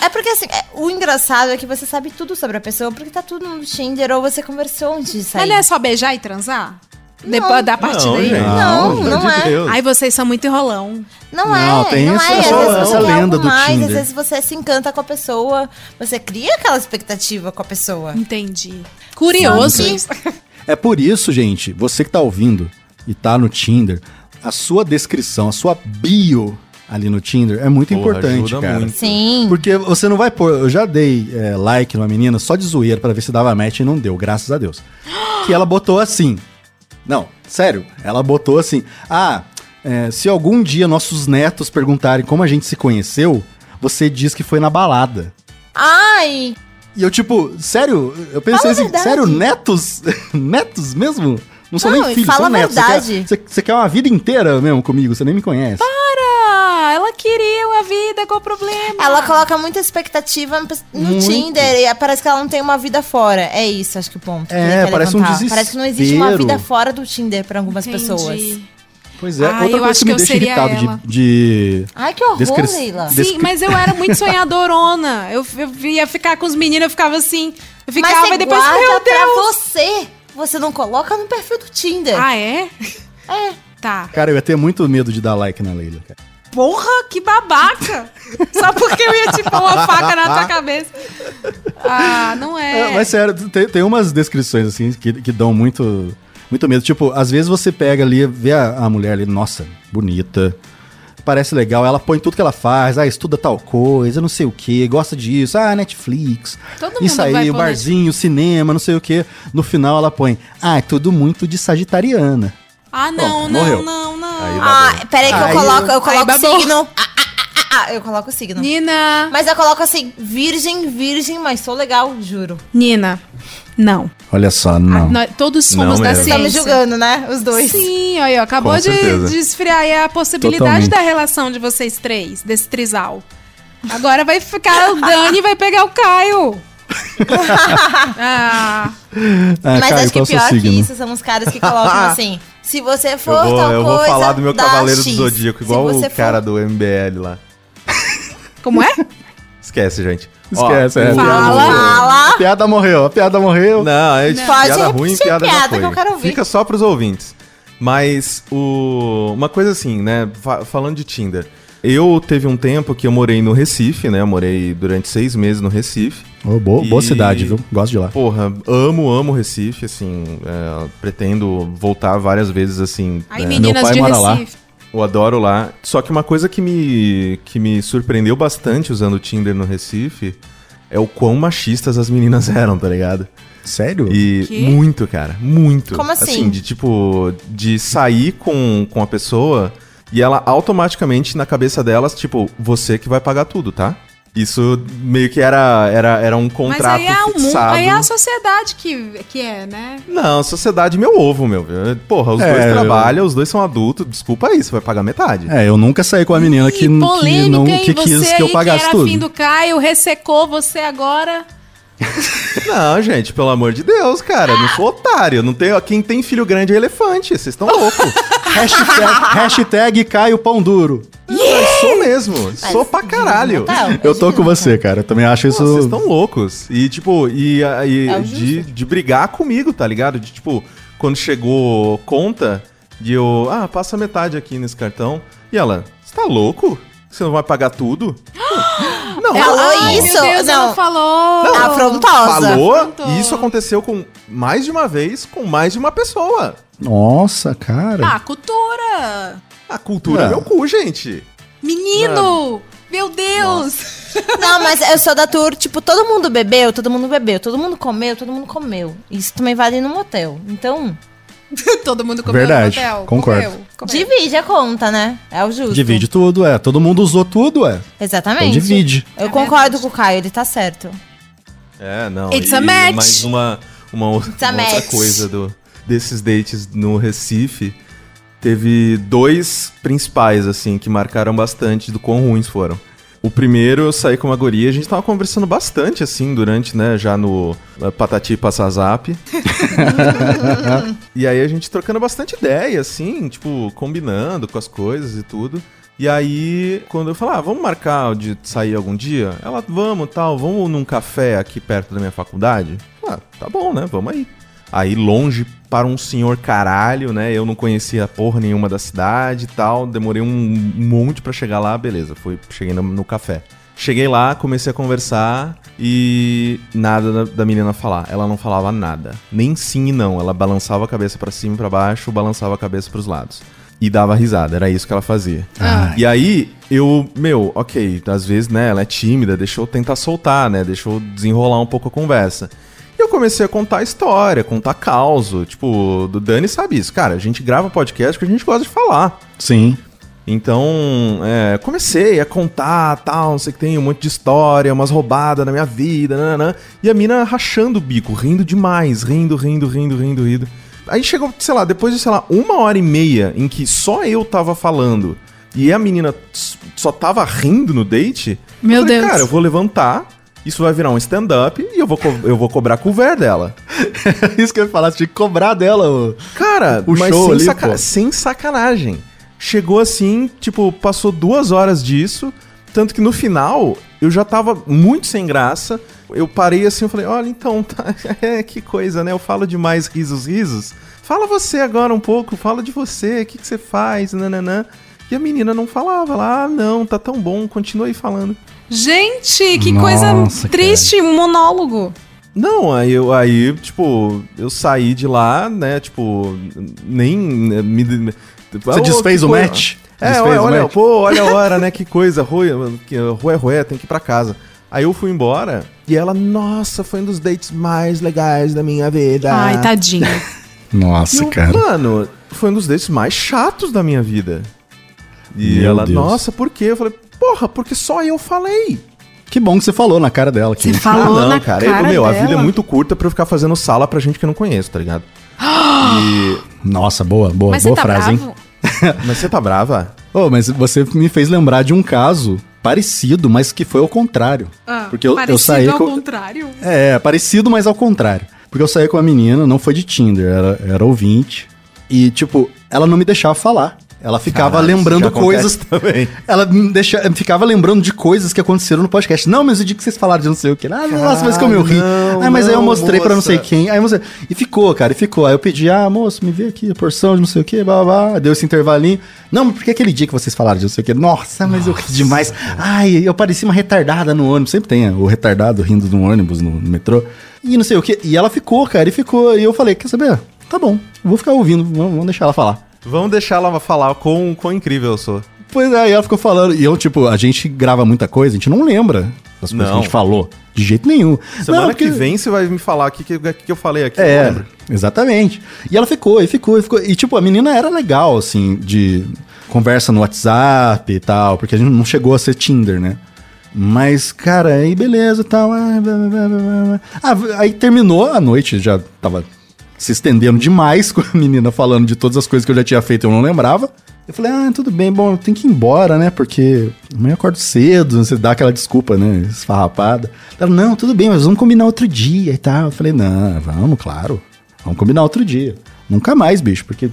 É porque assim, é- o engraçado é que você sabe tudo sobre a pessoa, porque tá tudo no Tinder ou você conversou antes de sair. Mas não é só beijar e transar? Depois da partida não, aí? gente. Não, pelo não amor de é. Deus. Ai, vocês são muito enrolão. Não, Não, é, tem não essa- é. Às essa- vezes você essa quer lenda algo do mais, às Tinder. vezes você se encanta com a pessoa, você cria aquela expectativa com a pessoa. Entendi. Curioso. Sim. isso. É por isso, gente, você que tá ouvindo e tá no Tinder, a sua descrição, a sua bio ali no Tinder é muito Porra, importante, ajuda cara. muito. Sim. Porque você não vai pôr. Eu já dei é, like numa menina só de zoeira pra ver se dava match e não deu, graças a Deus. Que ela botou assim. Não, sério, ela botou assim. Ah, é, se algum dia nossos netos perguntarem como a gente se conheceu, você diz que foi na balada. Ai, E eu, tipo, sério? Eu pensei Fala a assim, verdade. sério, netos? netos mesmo? Não são Não, nem filhos, fala são a netos. verdade. Você quer, você- você quer uma vida inteira mesmo comigo, você nem me conhece. Ah, ela queria uma vida, qual o problema? ela coloca muita expectativa no, no Muito. Tinder e parece que ela não tem uma vida fora. É isso, acho que o ponto. que É, ele quer parece um levantar. Parece que não existe uma desespero. vida fora do Tinder pra algumas Entendi. pessoas. Pois é, Ah, outra eu coisa acho que me que eu deixa seria irritado de- ela. de Ai, que horror, Descre- Leila. Descri- Sim, mas eu era muito sonhadorona. Eu, eu ia ficar com os meninos, eu ficava assim. Ficava Mas você e depois, guarda meu pra Deus. você. Você não coloca no perfil do Tinder. Ah, é? É. Tá. Cara, eu ia ter muito medo de dar like na Leila, cara. Porra, que babaca! Só porque eu ia te pôr uma faca na tua cabeça. Ah, não é. É, mas sério, tem, tem umas descrições assim que, que dão muito, muito medo. Tipo, às vezes você pega ali, vê a, a mulher ali, nossa, bonita, parece legal, ela põe tudo que ela faz, ah, estuda tal coisa, não sei o que, gosta disso, ah, Netflix, Todo mundo isso vai aí, o pôr barzinho, o cinema, não sei o que. No final ela põe, ah, é tudo muito de sagitariana. Ah, não, Bom, não, morreu. não, não. Aí Ah, babou. peraí que Aí eu coloco, eu eu- aí coloco o babou. signo. Ah, ah, ah, ah, ah, eu coloco o signo. Nina. Mas eu coloco assim, virgem, virgem, mas sou legal, juro. Nina. Não. Ah, Olha só, não. Nós- todos Não somos da mesmo. Você tá me ciência. julgando, né? Os dois. Sim, aí, ó. Acabou Com de, certeza. de esfriar aí a possibilidade Totalmente. da relação de vocês três, desse trisal. Agora vai ficar o Dani vai pegar o Caio. ah, Ah, Mas Caio, acho qual é que o seu pior que signo? isso são os caras que colocam assim. Se você for Eu vou, tal eu então, coisa, vou falar do meu dá Cavaleiro X. do Zodíaco, Se igual você o for- cara do MBL lá. como é? Esquece, gente. Esquece, é. o- Fala. A piada morreu, a piada morreu. Não, é de Pode piada ruim, repetir a piada, um piada já foi. que eu quero ouvir. Fica só pros ouvintes. Mas o... uma coisa assim, né? fa- falando de Tinder. Eu teve um tempo que eu morei no Recife, né? Eu morei durante seis meses no Recife. Ô, boa, boa E- cidade, viu? Gosto de lá. Porra, amo, amo Recife, assim. é, pretendo voltar várias vezes, assim. Aí, né? meninas É, pai de mora lá. Recife. Eu adoro lá. Só que uma coisa que me, que me surpreendeu bastante usando o Tinder no Recife é o quão machistas as meninas eram, tá ligado? Sério? E Quê? muito, cara, muito. Como assim? de tipo, de sair com, com a pessoa e ela automaticamente na cabeça delas, tipo, você que vai pagar tudo, tá? Isso meio que era, era, era um Mas contrato aí é, o mundo, fixado. aí é a sociedade que, que é, né? Não, sociedade é meu ovo, meu. Porra, os É, dois eu- trabalham, os dois são adultos. Desculpa aí, você vai pagar metade. É, eu nunca saí com a menina É que, que não hein? que quis você que eu aí pagasse que era tudo. afim do Caio, ressecou você agora. Não, gente, pelo amor de Deus, cara. Não sou otário. Não tenho, quem tem filho grande é elefante. Vocês estão loucos. Hashtag, hashtag Caio Pão Duro. Eu sou mesmo. Sou pra caralho. Tá, Eu tô com juro. você, cara. Eu também acho Pô, Vocês isso. estão loucos. E, tipo, e, e- É o de, de brigar comigo, tá ligado? De, tipo, quando chegou conta, e eu, ah, passa metade aqui nesse cartão. E ela, você tá louco? Você não vai pagar tudo? Não, Falou É Ai, isso? meu Deus, ela Não. falou. Afrontosa. Falou, Afrontou. e isso aconteceu com mais de uma vez, com mais de uma pessoa. Nossa, cara. Ah, cultura. A cultura é Ah. meu cu, gente. Menino. Meu Deus. Não, mas eu sou da tour, tipo, todo mundo bebeu, todo mundo bebeu, todo mundo comeu, todo mundo comeu. Isso também vale no motel. Então, Todo mundo comeu Verdade, no hotel. concordo. Comeu, comeu. divide a conta, né? É o justo. Divide tudo, é. Todo mundo usou tudo, é. Exatamente. Então divide. Eu concordo com o Caio, ele tá certo. É, não. It's e a match. Mais uma, uma, ou- a uma outra match. coisa do, desses dates no Recife. Teve dois principais, assim, que marcaram bastante do quão ruins foram. O primeiro, eu saí com uma guria, a gente tava conversando bastante, assim, durante, né, já no eh, Patati Passazap. E aí a gente trocando bastante ideia, assim, tipo, combinando com as coisas e tudo. E aí, quando eu falar, ah, vamos marcar de sair algum dia? Ela, vamos, tal, vamos num café aqui perto da minha faculdade? Eu falei, Ah, tá bom, né? Vamos aí. Aí longe para um senhor caralho, né? Eu não conhecia porra nenhuma da cidade e tal. Demorei um monte pra chegar lá, beleza. Fui, cheguei no, no café. Cheguei lá, comecei a conversar e nada da, da menina falar. Ela não falava nada. Nem sim e não. Ela balançava a cabeça pra cima e pra baixo, balançava a cabeça pros lados. E dava risada, era isso que ela fazia. Ah. Ah, E aí, eu, meu, ok, às vezes, né, ela é tímida, deixa eu tentar soltar, né? Deixa eu desenrolar um pouco a conversa. E eu comecei a contar história, contar causo. Tipo, do Dani sabe isso. Cara, a gente grava podcast porque a gente gosta de falar. Sim. Então, é, comecei a contar, tal, não sei o que tem, um monte de história, umas roubadas na minha vida, nananã. E a mina rachando o bico, rindo demais, rindo, rindo, rindo, rindo, rindo. Aí chegou, sei lá, depois de, sei lá, uma hora e meia em que só eu tava falando e a menina s- só tava rindo no date. eu Meu falei, Deus. Cara, eu vou levantar, isso vai virar um stand-up e eu vou, co- eu vou cobrar cover dela. isso que eu ia falar, você tinha que cobrar dela. ô. Cara, O mas show sem, ali, saca- pô. sem sacanagem. Chegou assim, tipo, passou duas horas disso. Tanto que no final, eu já tava muito sem graça. Eu parei assim, eu falei, olha, então, tá, é, que coisa, né? Eu falo demais risos, risos. Fala você agora um pouco, fala de você, o que, que você faz, nananã. E a menina não falava lá, ah, não, tá tão bom, continua aí falando. Gente, que Nossa, coisa triste, um monólogo. Não, aí, eu, aí, tipo, eu saí de lá, né, tipo, nem né, me... me- Você Ah, ô, desfez que o coisa- match? É, Desfez olha, o olha, match? pô, olha a hora, né, que coisa, rué, rué, rué, tem que ir pra casa. Aí eu fui embora e ela, nossa, foi um dos dates mais legais da minha vida. Ah. Ai, tá tadinho. E Nossa, eu, Mano, foi um dos dates mais chatos da minha vida. E Meu ela, Deus. nossa, por quê? Eu falei, porra, porque só eu falei. Que bom que você falou na cara dela. Que... Falou ah, não, na cara. cara eu- meu, a dela. vida é muito curta pra eu ficar fazendo sala pra gente que eu não conheço, tá ligado? Nossa, boa, boa, Mas boa você tá frase, hein? bravo? Mas você tá brava? Ô, mas você me fez lembrar de um caso parecido, mas que foi ao contrário. Ah, Porque eu- eu parecido saí ao com- contrário. É, parecido, mas ao contrário. Porque eu saí com uma menina, não foi de Tinder, era, era ouvinte. E, tipo, ela não me deixava falar. Ela ficava Caralho, isso já lembrando acontece coisas. também. Ela me deixa, ficava lembrando de coisas que aconteceram no podcast. Não, mas o dia que vocês falaram de não sei o que. Ah, nossa, mas como eu ri. não, ah, mas aí eu não, mostrei pra não moça. sei quem. Aí eu mostrei. E ficou, cara, e ficou. Aí eu pedi, ah, moço, me vê aqui a porção de não sei o que, blá, blá, blá. Deu esse intervalinho. Não, mas por que aquele dia que vocês falaram de não sei o que? Nossa, mas eu ri demais. Ai, eu parecia uma retardada no ônibus. Sempre tem, né? o retardado rindo no ônibus, no, no metrô. E não sei o que. E ela ficou, cara, e ficou. E eu falei, quer saber? Tá bom, eu vou ficar ouvindo, vamos vamos deixar ela falar. Vamos deixar ela falar com quão incrível eu sou. Pois é, e ela ficou falando. E eu, tipo, a gente grava muita coisa, a gente não lembra das coisas que Não. a gente falou. De jeito nenhum. Semana Não, é porque- que vem você vai me falar o que, que, que eu falei aqui. eu É, lembro. exatamente. E ela ficou, e ficou, e ficou. E, tipo, a menina era legal, assim, de conversa no WhatsApp e tal, porque a gente não chegou a ser Tinder, né? Mas, cara, aí beleza e tal. ah, blá, blá, blá, blá, blá. Ah, aí terminou a noite, já tava se estendendo demais com a menina falando de todas as coisas que eu já tinha feito e eu não lembrava. Eu falei, ah, tudo bem, bom, tem que ir embora, né? Porque amanhã eu acordo cedo, você dá aquela desculpa, né? Esfarrapada. Ela, não, tudo bem, mas vamos combinar outro dia e tal. Eu falei, não, vamos, claro. Vamos combinar outro dia. Nunca mais, bicho, porque.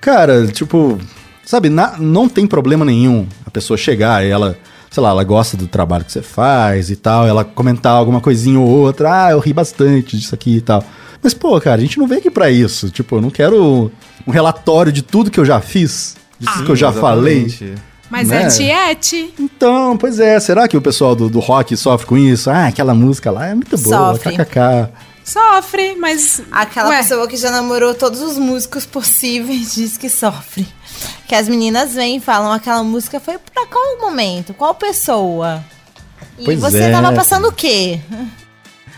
Cara, tipo. Sabe, na- não tem problema nenhum a pessoa chegar e ela. Sei lá, ela gosta do trabalho que você faz e tal, ela comentar alguma coisinha ou outra. Ah, eu ri bastante disso aqui e tal. Mas, pô, cara, a gente não veio aqui pra isso. Tipo, eu não quero um relatório de tudo que eu já fiz, de tudo que eu já falei. Ah. Exatamente. Mas Né? é tiete. Então, pois é, será que o pessoal do, do rock sofre com isso? Ah, aquela música lá é muito boa, Sofre. kkk. Sofre, mas. Aquela Ué. pessoa que já namorou todos os músicos possíveis diz que sofre. Que as meninas vêm e falam, aquela música foi pra qual momento? Qual pessoa? E Pois você é. tava passando o quê?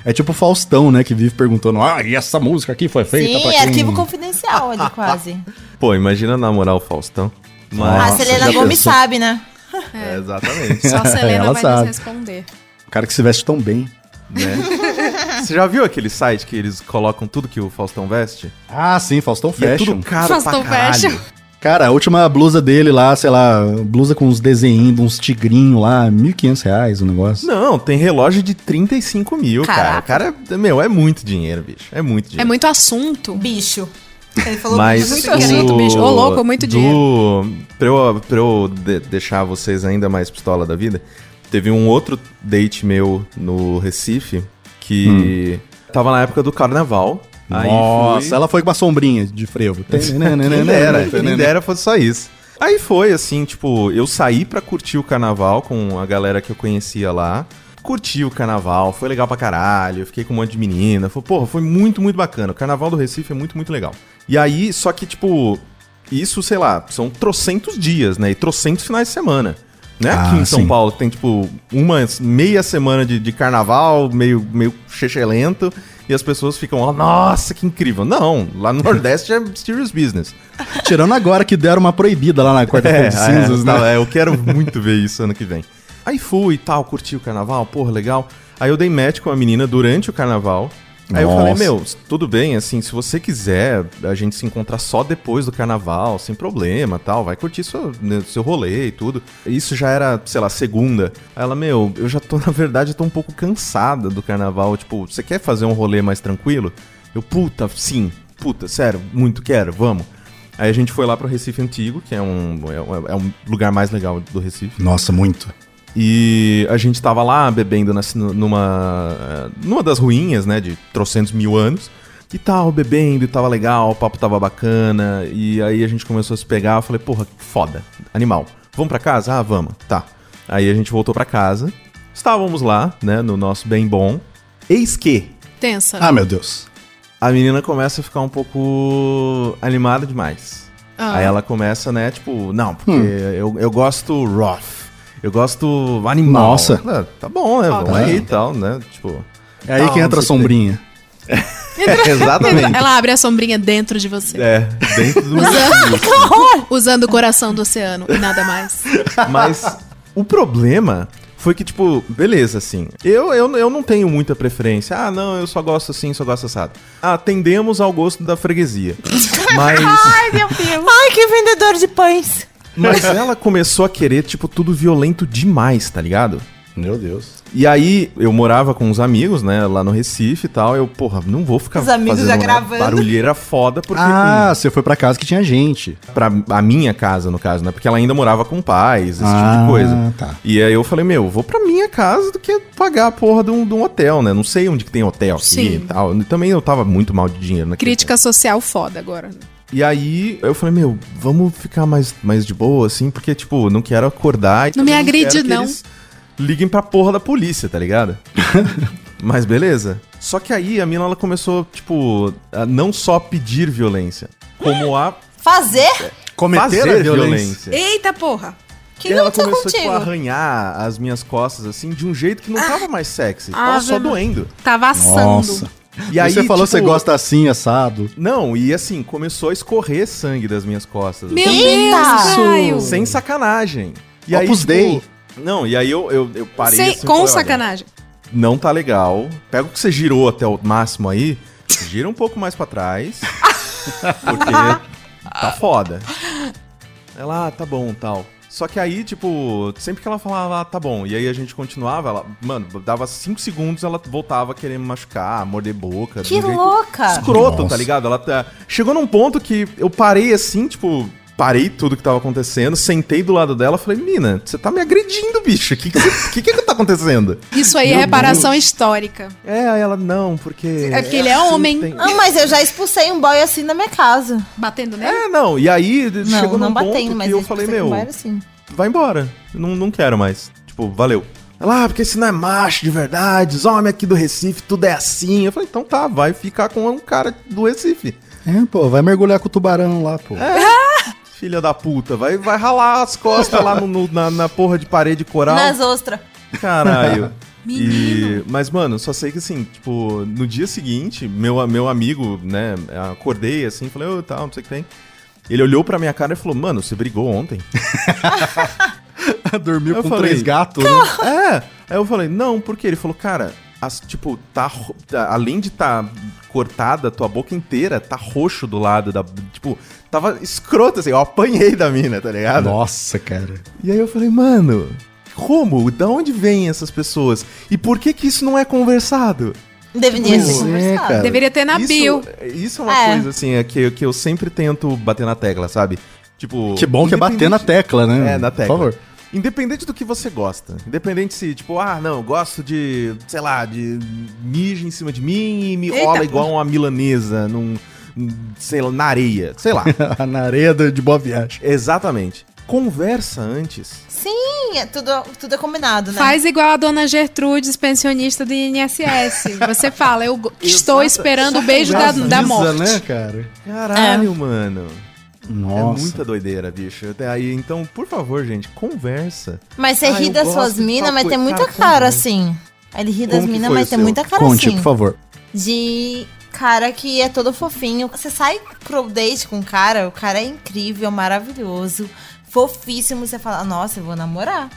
É tipo o Faustão, né? Que vive perguntando: Ah, e essa música aqui foi um feita Sim, é pra quem? arquivo confidencial ali quase. Pô, imagina namorar o Faustão. Nossa, a Selena já Gomes pensou? sabe, né? É, exatamente. Só a Selena Ela vai sabe. nos responder. O cara que se veste tão bem. né? Você já viu aquele site que eles colocam tudo que o Faustão veste? Ah, sim, Faustão E é Fashion. tudo caro Faustão pra caralho. Fashion. Cara, a última blusa dele lá, sei lá, blusa com uns desenhos, uns tigrinhos lá, R$ 1.500 reais o negócio. Não, tem relógio de 35 mil, Caraca. cara. O cara, meu, é muito dinheiro, bicho. É muito dinheiro. É muito assunto. Bicho. Ele falou Mas muito bicho, o- querido. assunto, bicho. Ô, louco, muito do- Pra eu, pra eu de- deixar vocês ainda mais pistola da vida, teve um outro date meu no Recife que tava na época do carnaval. Aí Nossa, fui- ela foi com uma sombrinha de frevo. né, Quem dera, quem dera fosse só isso. Aí foi assim, tipo, eu saí pra curtir o carnaval com a galera que eu conhecia lá. Curti o carnaval, foi legal pra caralho. Eu fiquei com um monte de menina. Foi, porra, foi muito, muito bacana. O carnaval do Recife é muito, muito legal. E aí, só que, tipo, isso, sei lá, são trocentos dias, né? E trocentos finais de semana. Né? Ah, Aqui em São sim. Paulo tem, tipo, uma meia semana de, de carnaval, meio, meio lento e as pessoas ficam, ó, nossa, que incrível. Não, lá no Nordeste é serious business. Tirando agora que deram uma proibida lá na quarta-feira de cinzas, né? tá, é, eu quero muito ver isso ano que vem. Aí fui e tal, curti o carnaval, porra, legal. Aí eu dei match com a menina durante o carnaval. Aí eu Nossa. falei, meu, tudo bem, assim, se você quiser, a gente se encontrar só depois do carnaval, sem problema tal, vai curtir seu, né, seu rolê e tudo. Isso já era, sei lá, segunda. Aí ela, meu, eu já tô, na verdade, eu tô um pouco cansada do carnaval, tipo, você quer fazer um rolê mais tranquilo? Eu, puta, sim, puta, sério, muito quero, vamos. Aí a gente foi lá pro Recife Antigo, que é um, é um- é um lugar mais legal do Recife. Nossa, muito. E a gente tava lá bebendo nas- numa, eh, numa das ruinhas, né, de trocentos mil anos. E tal, bebendo, e tava legal, o papo tava bacana. E aí a gente começou a se pegar, eu falei, porra, que foda, animal. Vamos pra casa? Ah, vamos, tá. Aí a gente voltou pra casa, estávamos lá, né, no nosso bem bom. Eis que Tensa. Ah, meu Deus. a menina começa a ficar um pouco animada demais. Ah. Aí ela começa, né, tipo, não, porque eu, eu gosto rough, eu gosto animal. Nossa. Ah, Tá bom, né, vamos tá. aí e tal, né, tipo... É aí tá, que não entra a sei o que sombrinha. tem. Exatamente. Ela abre a sombrinha dentro de você. É, dentro do... Usando o coração do oceano e nada mais. Mas o problema foi que, tipo, beleza, assim. Eu, eu, eu não tenho muita preferência. Ah, não, eu só gosto assim, só gosto assado. Atendemos ao gosto da freguesia. Mas, Ai, meu Deus. Ai, que vendedor de pães. mas ela começou a querer, tipo, tudo violento demais, tá ligado? Meu Deus. E aí, eu morava com uns amigos, né, lá no Recife e tal. Eu, porra, não vou ficar Os amigos já gravando. barulheira foda, porque Ah, você foi pra casa que tinha gente. pra a minha casa, no caso, né? Porque ela ainda morava com pais, esse tipo Ah, de coisa. tá. E aí eu falei, meu, vou pra minha casa do que pagar a porra de um, de um hotel, né? Não sei onde que tem hotel aqui Sim. e tal. E Também eu tava muito mal de dinheiro naquele Crítica social foda agora. tempo. E aí eu falei, meu, vamos ficar mais, mais de boa, assim, porque, tipo, não quero acordar. e Não me também quero agride, que não. eles Liguem pra porra da polícia, tá ligado? Mas beleza. Só que aí a mina, ela começou, tipo, a não só pedir violência, como a Fazer? Cometer fazer a violência. violência. Eita porra! O que E ela aconteceu começou tipo, a contigo? arranhar as minhas costas, assim, de um jeito que não tava mais sexy. Ah, tava só verdade. doendo. Tava assando. Nossa. E, E aí, você falou que tipo, você gosta assim, assado. Não, e assim, começou a escorrer sangue das minhas costas. Meu assim, Eita! Deus, Caio! Sem sacanagem. E tipo, Opus Dei. Não, e aí eu, eu, eu parei Sem- assim, com falei, olha, sacanagem. não tá legal. Pega o que você girou até o máximo aí, gira um pouco mais pra trás. porque tá foda. Ela, ah, tá bom, tal. Só que aí, tipo, sempre que ela falava, ah, tá bom, e aí a gente continuava, ela, mano, dava 5 segundos, ela voltava querendo me machucar, morder boca. de Que um jeito Ah. louca. escroto, Nossa. tá ligado? Ela tá- chegou num ponto que eu parei assim, tipo, parei tudo que tava acontecendo, sentei do lado dela, falei, mina, você tá me agredindo, bicho, o que que, você- que que que tá acontecendo? Isso aí é Meu reparação histórica. É, aí ela, não, porque. É porque ele é assim, homem. tem- Ah, mas eu já expulsei um boy assim na minha casa. Batendo né? nele? É, não. E aí Não, chegou não num batendo, ponto mas que eu falei, tá expulsei meu, um boy assim. vai embora. Eu Não, não quero mais. Tipo, valeu. Ela, ah, porque esse não é macho de verdade, os homens aqui do Recife, tudo é assim. Eu falei, então tá, vai ficar com um cara do Recife. É, pô, vai mergulhar com o tubarão lá, pô. É. Filha da puta, vai, vai ralar as costas lá no- no- na, na porra de parede coral. Nas ostras. Caralho. Menino. E- mas, mano, só sei que assim, tipo, no dia seguinte, meu, meu amigo, né, acordei assim, falei, ô, tal, não sei o que tem. Ele olhou pra minha cara e falou, mano, você brigou ontem? Dormiu Eu com falei, três gatos, né? é! Aí eu falei, não, por quê? Ele falou, cara, as- tipo, tá. ro- tá- Além de tá cortada, tua boca inteira tá roxo do lado da. Tipo, tava escroto assim, eu apanhei da mina, tá ligado? Nossa, cara. E aí eu falei, mano, como? Da onde vêm essas pessoas? E por que que isso não é conversado? Deveria ser Pois é, conversado. cara. Deveria ter na isso, bio. Isso é uma É. coisa, assim, é que, eu- que eu sempre tento bater na tecla, sabe? Tipo... Que bom que é bater na independente- tecla, né? É, na tecla. Por favor. Independente do que você gosta. Independente se, tipo, ah, não, eu gosto de, sei lá, de mija em cima de mim e me Eita, rola igual uma milanesa num, num, sei lá, na areia. Sei lá. Ah, na areia do- de boa viagem. Exatamente. Conversa antes. Sim, é tudo, tudo é combinado, né? Faz igual a dona Gertrudes, pensionista do INSS. Você fala, eu go- estou esperando o beijo da, Nossa, da Isa, morte. né, cara? É. Caralho, mano. Nossa. É muita doideira, bicho. Até aí, então, por favor, gente, conversa. Mas você Ah, ri eu das gosto suas de minas, tal mas tem coisa. muita Cara, como cara é? assim. Ele ri das Como que minas, foi mas o tem seu? muita cara Conte, assim. por favor. De cara que é todo fofinho. Você sai pro date com o cara, o cara é incrível, maravilhoso, fofíssimo. Você fala, nossa, eu vou namorar.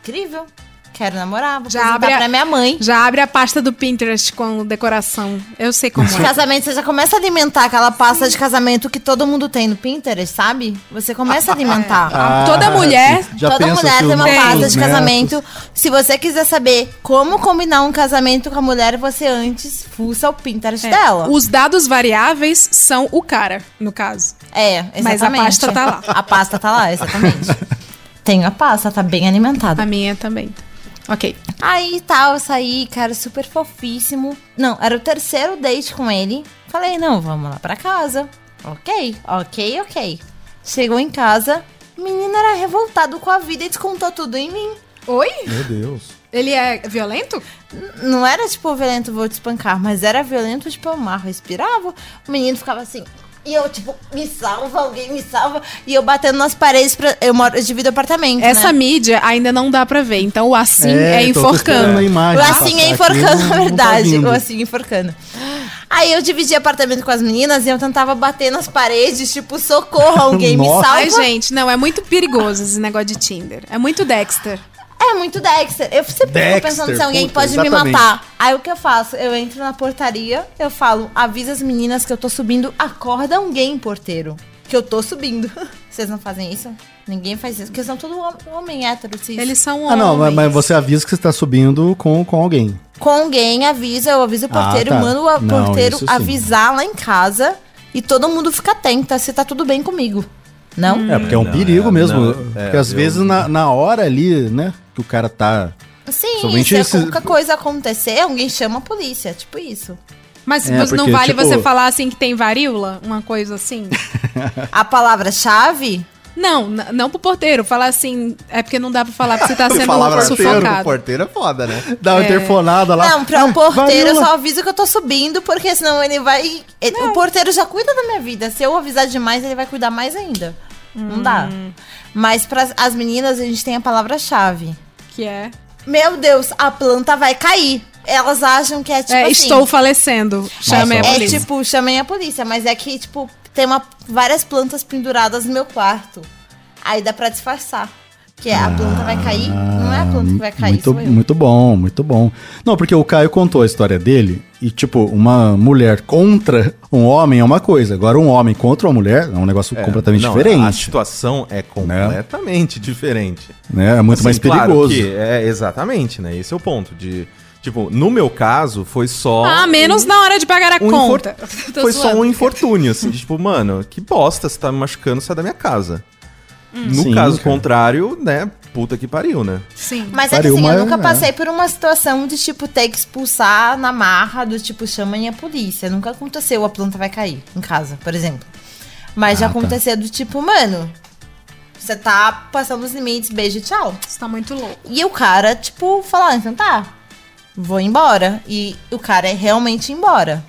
Incrível. Quero namorar, vou Já já abre a- pra minha mãe. Já abre a pasta do Pinterest com decoração. Eu sei como De é. casamento, você já começa a alimentar aquela pasta de casamento que todo mundo tem no Pinterest, sabe? Você É. começa a alimentar. Ah, Toda mulher- já Toda pensa mulher se tem os uma nossos pasta de netos- casamento. Se você quiser saber como combinar um casamento com a mulher, você antes fuça o Pinterest É. dela. Os dados variáveis são o cara, no caso. É, exatamente. Mas a pasta tá lá. A pasta tá lá, exatamente. Tenho a pasta, tá bem alimentada. A minha também. Ok. Aí tal, eu saí, cara, super fofíssimo. Não, era o terceiro date com ele. Falei, não, vamos lá pra casa. Ok, ok, ok. Chegou em casa, o menino era revoltado com a vida e descontou tudo em mim. Oi? Meu Deus. Ele é violento? Não era tipo violento, vou te espancar, mas era violento, tipo, eu amarro, respirava. O menino ficava assim. E eu, tipo, me salva, alguém me salva. E eu batendo nas paredes pra. Eu moro, eu divido apartamento. né? Essa mídia ainda não dá pra ver. Então o assim é, então eu tô esperando enforcando. a imagem O assim é passar aqui, enforcando, na não- não tá verdade. vindo. o assim enforcando. Aí eu dividi apartamento com as meninas e eu tentava bater nas paredes, tipo, socorro, alguém me Nossa. salva. Ai, gente, não, é muito perigoso esse negócio de Tinder. É muito Dexter. É muito Dexter. Eu sempre Dexter, fico pensando se alguém puta, pode exatamente. me matar. Aí o que eu faço? Eu entro na portaria, eu falo, avisa as meninas que eu tô subindo, acorda alguém, porteiro. Que eu tô subindo. Vocês não fazem isso? Ninguém faz isso, porque são todo hom- homem hétero, cis. Eles são é homens. Ah, um não, mas, mas você avisa que você tá subindo com, com alguém. Com alguém, avisa, eu aviso o Ah, porteiro, tá. mando o Não, porteiro isso sim. avisar lá em casa e todo mundo fica atenta se tá tudo bem comigo. Não? É, porque é um Não, perigo é, mesmo. não, é, porque às eu- vezes na, na hora ali, né, que o cara tá. Sim, Somente se esse- qualquer coisa acontecer, alguém chama a polícia. Tipo isso. Mas É, você- não porque, vale tipo- você falar assim que tem varíola? Uma coisa assim? A palavra-chave não, n- não pro porteiro. Falar assim, é porque não dá pra falar porque você tá sendo Palavra porteiro, sufocado. porteiro é foda, né? Dá uma interfonada lá. Não, pra Ah, o porteiro eu varíola. só aviso que eu tô subindo, porque senão ele vai. ele- o porteiro já cuida da minha vida. Se eu avisar demais, ele vai cuidar mais ainda. Não dá. Hum. Mas para as meninas, a gente tem a palavra-chave. Que é. Meu Deus, a planta vai cair. Elas acham que é tipo. é, assim, estou falecendo. Chamei a É polícia. tipo, chamem a polícia, mas é que, tipo, tem uma, várias plantas penduradas no meu quarto. Aí dá pra disfarçar. Que é a planta vai cair, não é a planta que vai cair, Ah, Muito, sou eu. muito bom, muito bom. Não, porque o Caio contou a história dele e, tipo, uma mulher contra um homem é uma coisa. Agora, um homem contra uma mulher é um negócio É, completamente não, A diferente. situação é completamente diferente. Né? É muito Assim, mais claro perigoso. que é, exatamente, né? Esse é o ponto de... Tipo, no meu caso, foi só... Ah, menos na hora de pagar a um conta. infor- Tô Foi só zoando. um infortúnio, assim. de, tipo, mano, que bosta, você tá me machucando, sai da minha casa. Hum. No Sim, caso cara. contrário, né? Puta que pariu, né? Sim. Mas é que Pariu, assim, mas- eu nunca é. passei por uma situação de, tipo, ter que expulsar na marra, do tipo, chamem a polícia. Nunca aconteceu, a planta vai cair em casa, por exemplo. Mas já Ah, tá. aconteceu do tipo, mano, você tá passando os limites, beijo, tchau. Você tá muito louco. E o cara, tipo, falar, então tá, vou embora. E o cara é realmente embora.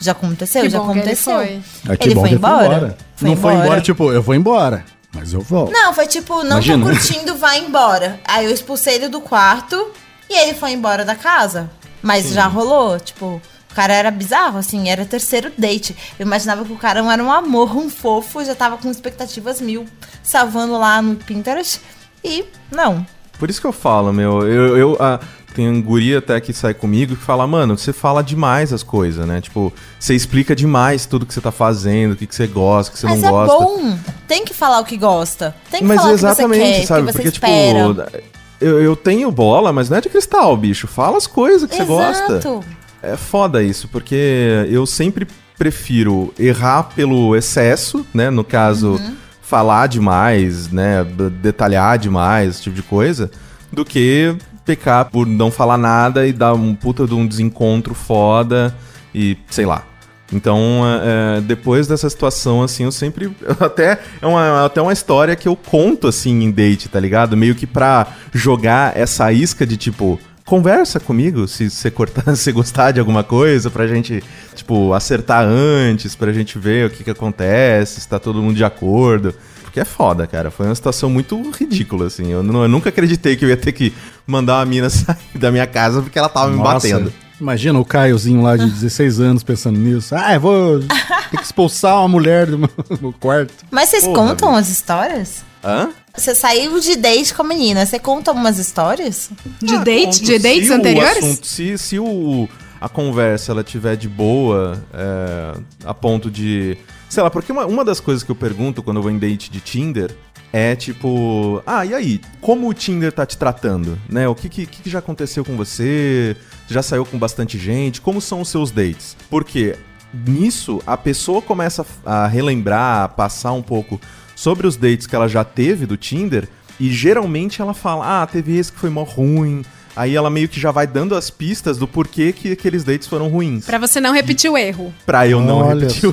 Já aconteceu, que já bom aconteceu. que ele foi. Ah, que Ele bom foi que embora? Foi não foi embora, embora, tipo, eu vou embora, mas eu volto. Não, foi tipo, não Imagina. tô curtindo, vai embora. Aí eu expulsei ele do quarto e ele foi embora da casa. Mas já rolou, tipo, o cara era bizarro, assim, era terceiro date. Eu imaginava que o cara era um amor, um fofo, já tava com expectativas mil, salvando lá no Pinterest. E não. Por isso que eu falo, meu. Eu, eu ah, tem um guri até que sai comigo que fala, mano, você fala demais as coisas, né? Tipo, você explica demais tudo que você tá fazendo, o que, que você gosta, o que você Mas não é gosta. bom. Tem que falar o que gosta. Tem que mas falar exatamente, o que você quer, o sabe? que você Porque, espera. tipo, eu, eu tenho bola, mas não é de cristal, bicho. Fala as coisas que você gosta. Exato. É foda isso, porque eu sempre prefiro errar pelo excesso, né? No caso, falar demais, né? b- Detalhar demais, esse tipo de coisa, do que pecar por não falar nada e dar um puta de um desencontro foda e sei lá. Então, é, é, depois dessa situação, assim, eu sempre. Até é uma, até uma história que eu conto, assim, em date, tá ligado? Meio que pra jogar essa isca de tipo. Conversa comigo se você cortar, se gostar de alguma coisa, pra gente, tipo, acertar antes, pra gente ver o que que acontece, se tá todo mundo de acordo. Porque é foda, cara. Foi uma situação muito ridícula, assim. Eu, nu- eu nunca acreditei que eu ia ter que mandar uma mina sair da minha casa porque ela tava me Nossa, batendo. Imagina o Caiozinho lá de 16 anos pensando nisso. Ah, eu vou ter que expulsar uma mulher do meu, do meu quarto. Mas vocês Porra, contam as histórias? Hã? Você saiu de date com a menina. Você conta algumas histórias? De date? De Ah, Se dates o anteriores? assunto- se se o, a conversa ela tiver de boa, é, a ponto de. Sei lá, porque uma, uma das coisas que eu pergunto quando eu vou em date de Tinder é tipo. Ah, e aí? Como o Tinder tá te tratando? Né? O que, que, que que já aconteceu com você? Já saiu com bastante gente? Como são os seus dates? Porque nisso a pessoa começa a relembrar, a passar um pouco sobre os dates que ela já teve do Tinder e geralmente ela fala: Ah, teve esse que foi mó ruim. Aí ela meio que já vai dando as pistas do porquê que aqueles dates foram ruins. Pra você não repetir o erro. Pra eu não Olha repetir o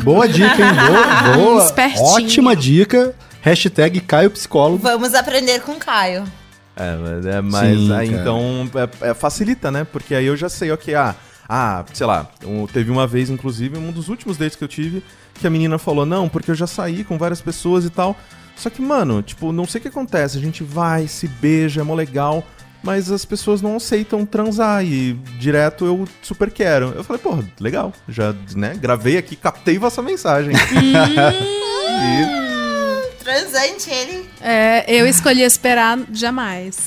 Boa dica, hein? Boa, boa. Um Espertinho. Ótima dica. Hashtag Caio Psicólogo. Vamos aprender com o Caio. É, mas, é, mas Sim, aí cara. então é- é, facilita, né? Porque aí eu já sei, ok, ah, ah sei lá, um- teve uma vez, inclusive, um dos últimos dates que eu tive, que a menina falou, não, porque eu já saí com várias pessoas e tal. Só que, mano, tipo, não sei o que acontece, a gente vai, se beija, é mó legal, mas as pessoas não aceitam transar e direto eu super quero. Eu falei, pô, legal, já, né, gravei aqui, captei vossa mensagem. e, Transante ele. É, eu escolhi esperar jamais.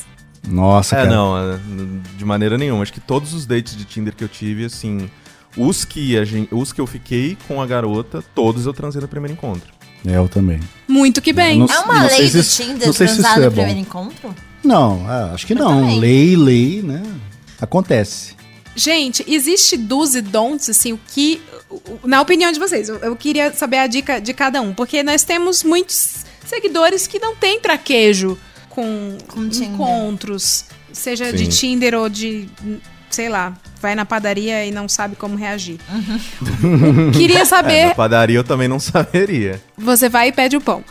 Nossa, é, cara. não, é, n- de maneira nenhuma. Acho que todos os dates de Tinder que eu tive, assim, os que, a gen- os que eu fiquei com a garota, todos eu transei no primeiro encontro. Eu também. Muito que bem. Eu É uma não sei lei se do isso- Tinder não sei se transar isso no é bom. primeiro encontro? Não, ah, acho que não. também. Lei, lei, né? Acontece. Gente, existe do's e don'ts, assim, o que. o- o- Na opinião de vocês, eu, eu queria saber a dica de cada um, porque nós temos muitos seguidores que não têm traquejo com, Com Tinder. encontros, seja Sim. de Tinder ou de. sei lá, vai na padaria e não sabe como reagir. Uhum. queria É, na saber, padaria eu também não saberia. você vai e pede o pão.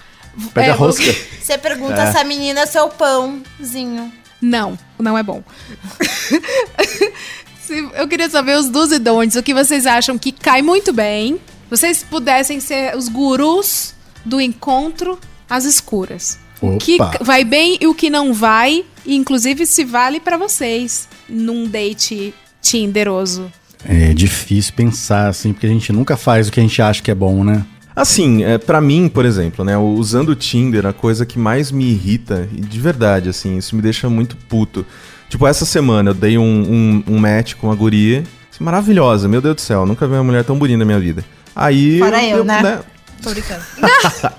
Pega É, a rosca. Você pergunta se a menina é seu pãozinho. Não, não é bom. Se- Eu queria saber os do's e don'ts, o que vocês acham que cai muito bem. Vocês pudessem ser os gurus do encontro às escuras. O que Opa. ca- vai bem e o que não vai, e inclusive se vale pra vocês num date tinderoso. É difícil pensar assim, porque a gente nunca faz o que a gente acha que é bom, né? Assim, é, para mim, por exemplo, né, usando o Tinder, a coisa que mais me irrita, e de verdade, assim, isso me deixa muito puto. Tipo, essa semana eu dei um, um, um match com uma guria, assim, maravilhosa, meu Deus do céu, nunca vi uma mulher tão bonita na minha vida. Aí. um, Fora eu, né? Tô brincando.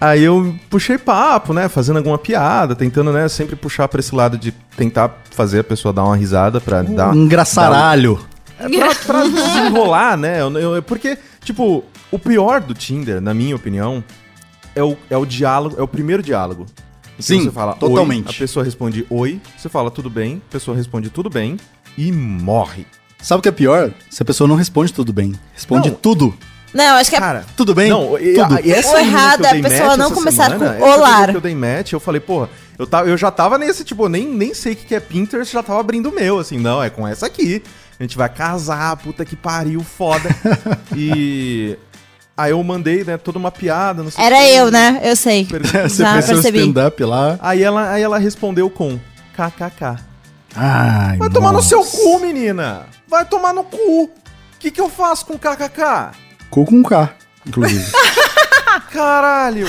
Aí eu puxei papo, né? Fazendo alguma piada, tentando, né? Sempre puxar pra esse lado de tentar fazer a pessoa dar uma risada pra Uhum. dar. Engraçaralho. É, pra, pra desenrolar, né? Eu- eu- porque, tipo, o pior do Tinder, na minha opinião, é o, é o diálogo, é o primeiro diálogo. Então Sim, você fala, "Oi", totalmente. a pessoa responde oi, você fala tudo bem, a pessoa responde tudo bem e morre. Sabe o que é pior? Se a pessoa não responde tudo bem. Responde Não. tudo. Não, acho que é Cara, Tudo bem? Não, e, tudo. a- e essa menina O que eu errado é a dei pessoa match não essa começar com essa olá. menina que eu dei match, eu falei, porra, eu, tava, eu já tava nesse, tipo, nem, nem sei o que que é Pinterest, já tava abrindo o meu, assim, não, é com essa aqui. A gente vai casar, puta que pariu, foda. e aí eu mandei, né, toda uma piada, não sei o Era quê. eu, né? Eu sei. Per- Você Já fez seu percebi. stand-up lá. Aí ela, aí ela respondeu com kkk. Ai, Vai tomar no nossa. seu cu, menina! Vai tomar no cu! O que, que eu faço com kkk? Cu com K, inclusive. Caralho!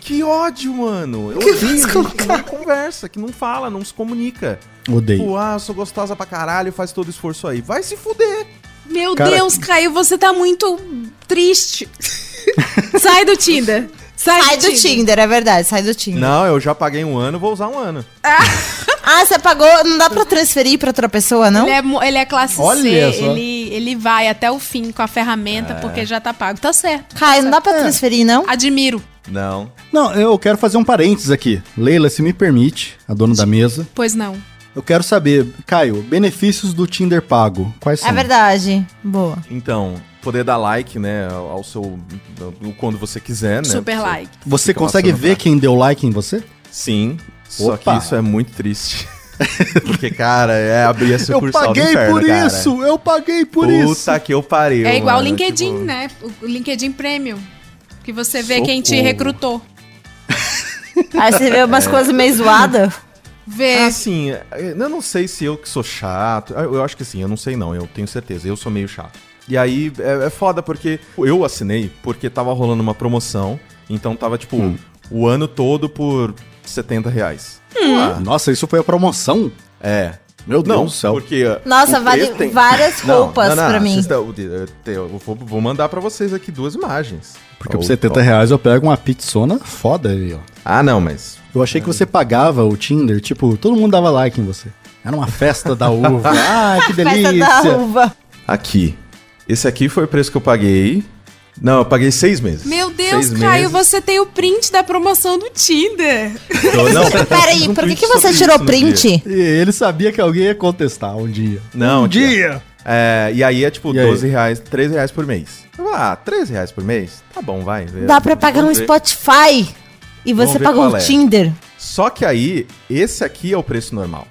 que ódio, mano! Eu odeio gente que não conversa, que não fala, não se comunica. Odeio. Tipo, ah, eu sou gostosa pra caralho, faz todo esforço aí. Vai se fuder! Meu Cara- Deus, Caio, você tá muito triste. Sai do Tinder. Sai, Sai do Tinder, é verdade, sai do Tinder. Não, eu já paguei um ano, vou usar um ano. Ah, você pagou, não dá pra transferir pra outra pessoa, não? Ele é, mo- ele é classe C, Olha só. ele, ele vai até o fim com a ferramenta, É. porque já tá pago. Tá certo. Caio, não dá pra transferir, não? Admiro. Não. Não, eu quero fazer um parênteses aqui. Leila, se me permite, a dona da mesa. Pois não. Eu quero saber, Caio, benefícios do Tinder pago. Quais são? É verdade. Boa. Então, poder dar like, né, ao seu. quando você quiser, né? Super Você- like. Você Fica consegue passando ver pra- quem deu like em você? Sim. Só Opa. que isso é muito triste. Porque, cara, é abrir a Eu sucursal do paguei inferno, por cara. isso! Eu paguei por isso! Puta que eu pariu. é igual o mano, LinkedIn, tipo- né? O LinkedIn Premium. Que você vê quem te Socorro. recrutou. Aí você vê É. umas coisas meio zoadas. É. Vê. Assim, eu não sei se eu que sou chato. Eu eu acho que sim, eu não sei não, eu tenho certeza. Eu sou meio chato. E aí Hum. é, é foda porque eu assinei porque tava rolando uma promoção. Então tava tipo o ano todo por 70 reais. Ah, Hum. Nossa, isso foi a promoção? é. Meu Deus Não, do céu. porque... uh, Nossa, o vale preço tem- várias Não, roupas não, não, pra mim. é vocês tão- eu tenho- eu vou, vou mandar pra vocês aqui duas imagens. Porque Ou- por 70 reais eu pego uma pizzona foda aí, ó. Ah, não, mas... Eu achei que você pagava o Tinder, tipo, todo mundo dava like em você. Era uma festa da uva. Ah, que delícia. Festa da uva. Aqui. Esse aqui foi o preço que eu paguei. Não, eu paguei seis meses. Meu Deus, Seis Caio, meses. você tem o print da promoção do Tinder. Tô- Não, Peraí, um por que, print que você sobre tirou isso no dia. print? E ele sabia que alguém ia contestar um dia. Não, um tia. dia. É, e aí é tipo E aí? 12 reais, 13 reais por mês. Eu falei, Ah, 13 reais por mês? Tá bom, vai. Dá pra pagar um Vamos ver. Spotify. E Vamos você ver pagou qual o é. Tinder. Só que aí, esse aqui é o preço normal.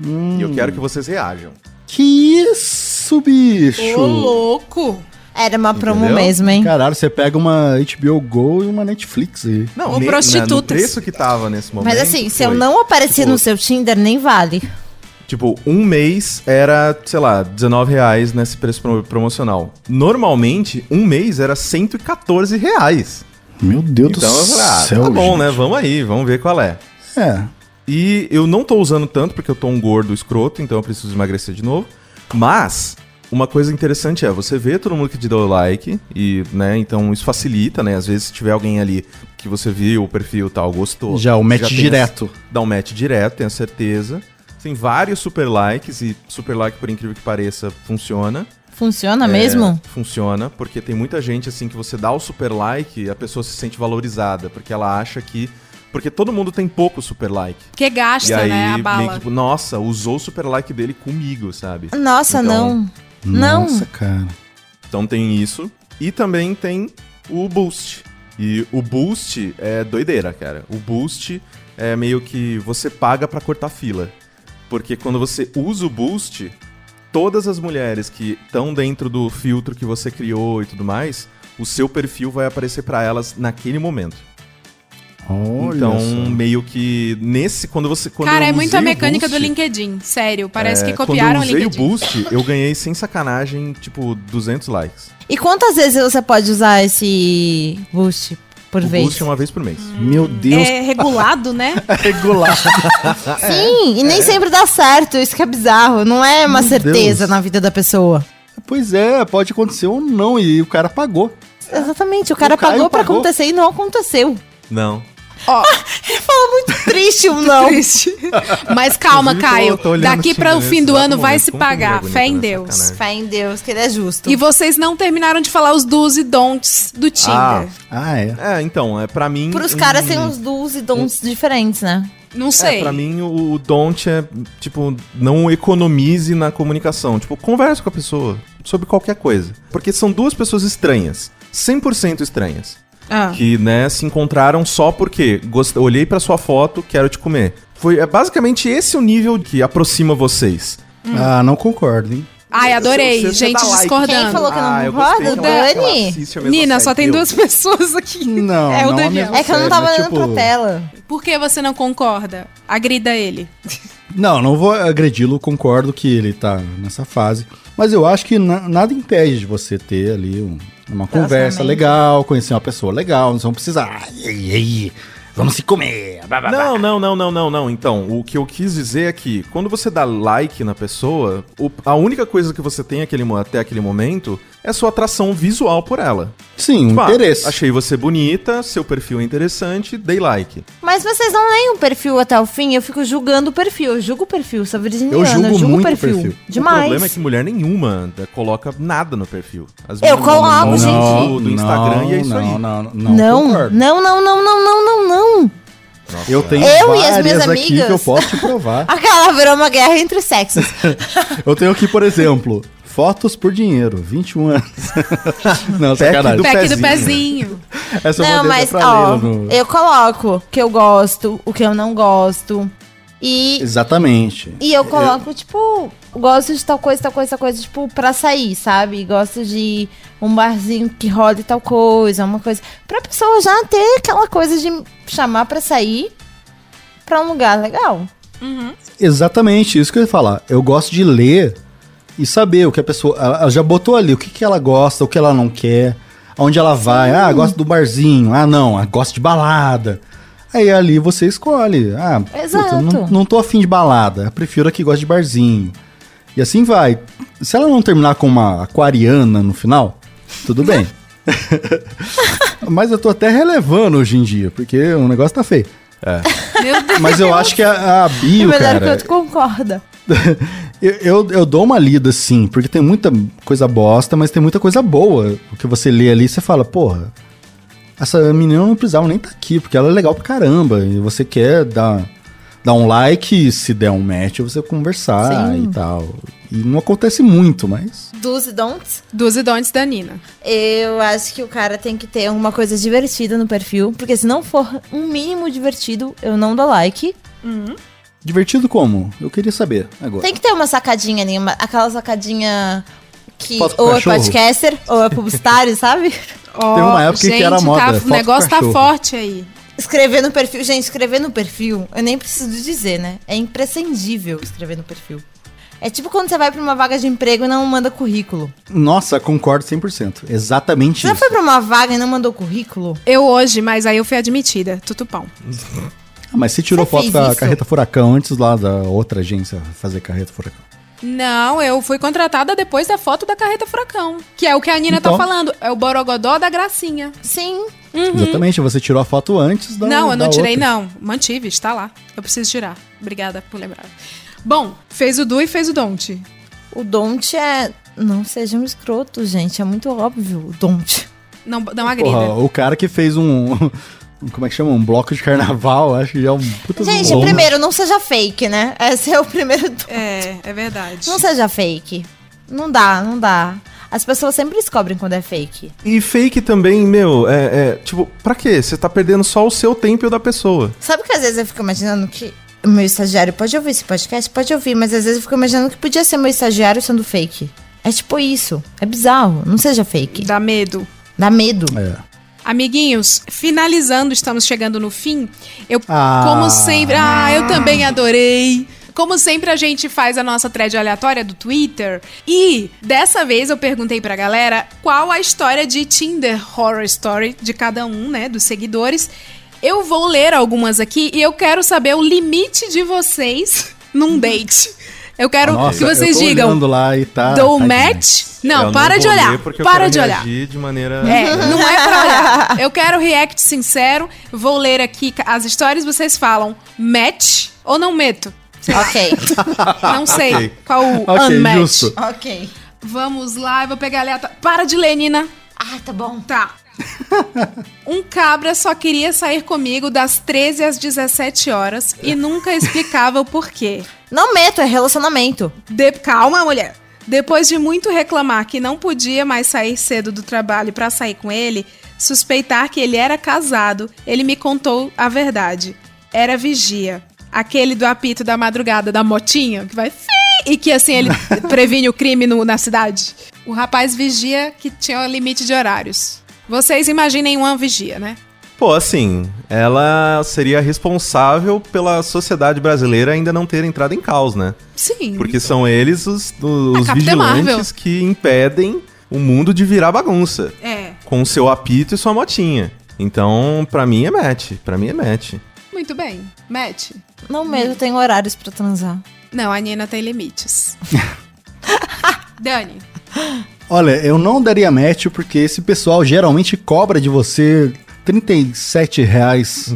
E Hum. eu quero que vocês reajam. Hum, Que isso, bicho. Ô, louco. Era uma promo Entendeu? mesmo, hein? Caralho, você pega uma HBO Go e uma Netflix aí. Não, Ou ne- no prostitutas. preço que tava nesse momento. Mas assim, se eu foi, não aparecer tipo, no seu Tinder, nem vale. Tipo, um mês era, sei lá, 19 reais nesse preço pro- promocional. Normalmente, um mês era 114 reais. Meu Deus Então eu do falei, ah, céu. tá bom, gente. né? Vamos aí, vamos ver qual é. É. E eu não tô usando tanto porque eu tô um gordo escroto, então eu preciso emagrecer de novo. Mas uma coisa interessante é, você vê todo mundo que te deu like e, né, então isso facilita, né? Às vezes se tiver alguém ali que você viu o perfil e tal, gostou. Já é o você match tem a- direto. dá um match direto, tenho certeza. Tem vários super likes e super like por incrível que pareça funciona. Funciona É, mesmo? Funciona, porque tem muita gente assim que você dá o super like e a pessoa se sente valorizada, porque ela acha que porque todo mundo tem pouco super like. Que E gasta, aí, né, a meio que, bala. tipo, nossa, usou o super like dele comigo, sabe? Nossa, Então- não. Não. Nossa, cara. Então tem isso. E também tem o boost. E o boost é doideira, cara. O boost é meio que você paga pra cortar fila. Porque quando você usa o boost, todas as mulheres que estão dentro do filtro que você criou e tudo mais, o seu perfil vai aparecer pra elas naquele momento. Olha então, só. meio que nesse quando você quando Cara, eu é muito a usei o mecânica do Boost- LinkedIn, sério. Parece que É, copiaram Quando eu o usei o LinkedIn. Boost, eu ganhei sem sacanagem, tipo, 200 likes. E quantas vezes você pode usar esse boost por o vez? Boost é uma vez por mês. Meu Deus, É regulado, né? regular. Sim, É. e nem sempre dá certo. Isso que é bizarro. Não é uma Meu certeza Deus. na vida da pessoa. pois é, pode acontecer ou não, e o cara pagou. Exatamente. O cara Caio pagou pra pagou. acontecer e não aconteceu. Não. Triste ou não? Triste. Mas calma, Inclusive, Caio. tô- tô olhando Daqui aqui para o nesse fim do exato ano vai momento, se como que mulher pagar. bonita, Fé em né? Deus. Sacanagem. Fé em Deus, que ele é justo. E vocês não terminaram de falar os do's e don'ts do Tinder. Ah. Ah, é. É, então, é pra mim. Pros caras hum, tem uns dos e dons diferentes, né? Não É, sei. pra mim, o, o don't é, tipo, não economize na comunicação. Tipo, converse com a pessoa sobre qualquer coisa. Porque são duas pessoas estranhas. 100% estranhas. Ah. Que, né, se encontraram só porque gost... olhei pra sua foto, quero te comer. Foi é basicamente esse o nível que aproxima vocês. Ah, não concordo, hein? Ai, adorei. Você- você Gente dá like. discordando. Quem falou que eu não Ah, eu concordo? gostei que ela- que ela Dani? assiste a mesma Nina, só série tem que eu. duas pessoas aqui. Não, é o não, Daniel. amigo. É que eu não Sério, tava mas, olhando tipo, pra tela. Por que você não concorda? Agrida ele. Não, não vou agredi-lo, concordo que ele tá nessa fase. Mas eu acho que na- nada impede de você ter ali um- uma conversa legal, conhecer uma pessoa legal, não precisa. "Ai, ai, ai, vamos se comer. blá, blá, blá." Não, não, não, não, não, não. Então, o que eu quis dizer é que quando você dá like na pessoa, o- a única coisa que você tem aquele mo- até aquele momento é sua atração visual por ela. Sim, um Tipo, ah, interesse. achei você bonita, seu perfil é interessante, dei like. Mas vocês não leem o perfil até o fim, eu fico julgando o perfil. Eu julgo o perfil, sou virginiana, Eu julgo o muito o perfil. perfil. O Demais. problema é que mulher nenhuma né, coloca nada no perfil. As Eu meninas coloco, mandam Ah, gente. foto Do, do Instagram e é isso não, aí. Não, não, não. Não, concordo. não, não, não, não, não, não, não. Nossa, Eu tenho Eu e as várias minhas aqui que eu amigas. posso te provar. Aquela virou uma guerra entre sexos. Eu tenho aqui, por exemplo, fotos por dinheiro, 21 anos. não, Pack sacanagem. Do Pé aqui do pezinho. pezinho. Essa eu não, mandei mas, pra Leila ó, no- eu coloco o que eu gosto, o que eu não gosto. E, Exatamente. e eu coloco, tipo, gosto de tal coisa, tal coisa, tal coisa, tipo, pra sair, sabe? Gosto de um barzinho que role tal coisa, uma coisa. Pra pessoa já ter aquela coisa de chamar pra sair pra um lugar legal. Exatamente, isso que eu ia falar. Eu gosto de ler e saber o que a pessoa. Ela ela já botou ali, o que, que ela gosta, o que ela não quer, aonde ela vai. Ah, gosta do barzinho. Ah, não, ah, gosta de balada. Aí ali você escolhe. Ah, Exato. puta, não, não tô afim de balada. Prefiro a que gosta de barzinho. E assim vai. Se ela não terminar com uma aquariana no final, tudo bem. Mas eu tô até relevando hoje em dia, porque o negócio tá feio. Meu Deus. Mas eu acho que a, a É bio, melhor cara... que eu concorda. Eu, eu, eu dou uma lida, sim, porque tem muita coisa bosta, mas tem muita coisa boa. O que você lê ali, você fala, porra, essa menina não precisava nem estar aqui, porque ela é legal pra caramba. E você quer dar, dar um like, se der um match, você conversar e tal. E não acontece muito, mas. Do's e don'ts. Dos e don'ts da Nina. Eu acho que o cara tem que ter alguma coisa divertida no perfil, porque se não for um mínimo divertido, eu não dou like. Divertido como? Eu queria saber agora. Tem que ter uma sacadinha ali, uma- aquela sacadinha que Foto com ou é cachorro. podcaster ou é publicitário, sabe? Ó, Teve uma época que gente, era moda, tá- foto o com negócio tá cachorro. forte aí. Escrever no perfil, gente, escrever no perfil, eu nem preciso dizer, né? É imprescindível escrever no perfil. É tipo quando você vai pra uma vaga de emprego e não manda currículo. Nossa, concordo 100%. Exatamente Você já isso. foi pra uma vaga e não mandou currículo? Eu hoje, mas aí eu fui admitida. Tutupão. Ah, mas você tirou Você foto fez da isso? carreta furacão antes lá da outra agência fazer carreta furacão. Não, eu fui contratada depois da foto da carreta furacão. Que é o que a Nina Então. tá falando. É o borogodó da gracinha. Sim. Exatamente, você tirou a foto antes da. Uhum. não, eu não da tirei, outra. não. Mantive, está lá. Eu preciso tirar. Obrigada por lembrar. Bom, fez o do e fez o don't. O don't é. Não sejam escrotos, gente. É muito óbvio o don't. Não, não agrida. Porra, o cara que fez um. um- Como é que chama? Um bloco de carnaval, acho que já é um puta do Gente, bom. primeiro, não seja fake, né? Esse é o primeiro. do- É, é verdade. Não seja fake. Não dá, não dá. As pessoas sempre descobrem quando é fake. E fake também, meu, é, é, tipo, pra quê? Você tá perdendo só o seu tempo e o da pessoa. Sabe que às vezes eu fico imaginando que. o Meu estagiário pode ouvir esse podcast? Pode ouvir, mas às vezes eu fico imaginando que podia ser meu estagiário sendo fake. É tipo isso. É bizarro. Não seja fake. Dá medo. Dá medo. É. Amiguinhos, finalizando, estamos chegando no fim. Eu, Ah. como sempre, ah, eu também adorei. Como sempre, a gente faz a nossa thread aleatória do Twitter. E dessa vez eu perguntei pra galera qual a história de Tinder Horror Story de cada um, né, dos seguidores. Eu vou ler algumas aqui e eu quero saber o limite de vocês num date. Eu quero Nossa, que vocês eu tô digam. olhando lá e tá. Dou um tá match? Não, Eu para vou de olhar. ler porque eu Para quero de olhar. reagir de maneira. É, não é pra olhar. Eu quero react sincero. Vou ler aqui ca- as histórias. Vocês falam match ou não meto? Ok. Não sei Ok. qual o Ok, unmatch. justo. ok. Vamos lá, eu vou pegar ali. a ta- Para de ler, Nina. Ah, tá bom. Tá. Um cabra só queria sair comigo das 13 às 17 horas e nunca explicava o porquê. Não meto, é relacionamento. De- Calma, mulher. Depois de muito reclamar que não podia mais sair cedo do trabalho pra sair com ele, suspeitar que ele era casado, ele me contou a verdade. Era vigia. Aquele do apito da madrugada da motinha, que vai "Fi", e que assim ele previne o crime no- na cidade. O rapaz vigia que tinha um limite de horários. Vocês imaginem uma vigia, né? Pô, assim, ela seria responsável pela sociedade brasileira ainda não ter entrado em caos, né? Sim. Porque são eles os, os Capitã vigilantes Marvel. que impedem o mundo de virar bagunça. É. Com seu apito e sua motinha. Então, pra mim é match. Pra mim é match. Muito bem. Matt. Não meto, tem horários pra transar. Não, a Nina tem limites. Dani. Olha, eu não daria match porque esse pessoal geralmente cobra de você 37 reais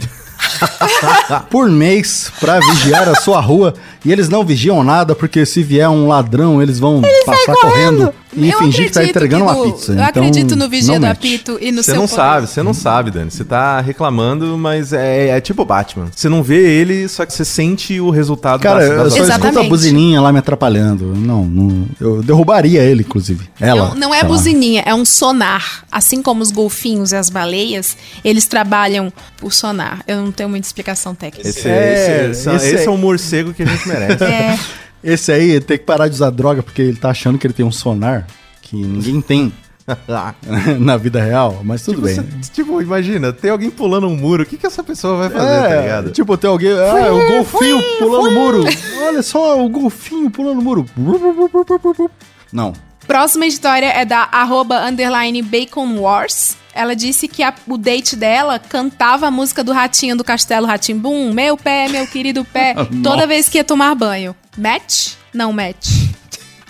por mês pra vigiar a sua rua e eles não vigiam nada porque se vier um ladrão eles vão passar correndo e Eu fingir que tá acredito entregando que uma no- pizza. Eu Então, acredito no vigia não do match. apito e no Você seu não poder. sabe, você não sabe, Dani. Você tá reclamando, mas é, é tipo Batman. Você não vê ele, só que você sente o resultado Cara, das- das eu só ações. escuto a Exatamente. buzininha lá me atrapalhando. Não, não- eu derrubaria ele, inclusive. Ela. Não, não é sei lá. buzininha, é um sonar. Assim como os golfinhos e as baleias, eles trabalham por sonar. Eu não tenho muita explicação técnica. Esse, É, esse- esse- esse esse é aí. o morcego que a gente merece. Esse aí tem que parar de usar droga porque ele tá achando que ele tem um sonar que ninguém tem na vida real, mas tudo tipo, bem. você- né? tipo, imagina, tem alguém pulando um muro, o que, que essa pessoa vai fazer, tá É, ligado? tipo, tem alguém. Ah, o golfinho pulando o muro. Olha só, o golfinho pulando o muro. Não. Próxima história é da arroba underline Bacon Wars. Ela disse que a- o date dela cantava a música do Ratinho do Castelo Ratimbum, meu pé, meu querido pé, toda vez que ia tomar banho. Match? Não match.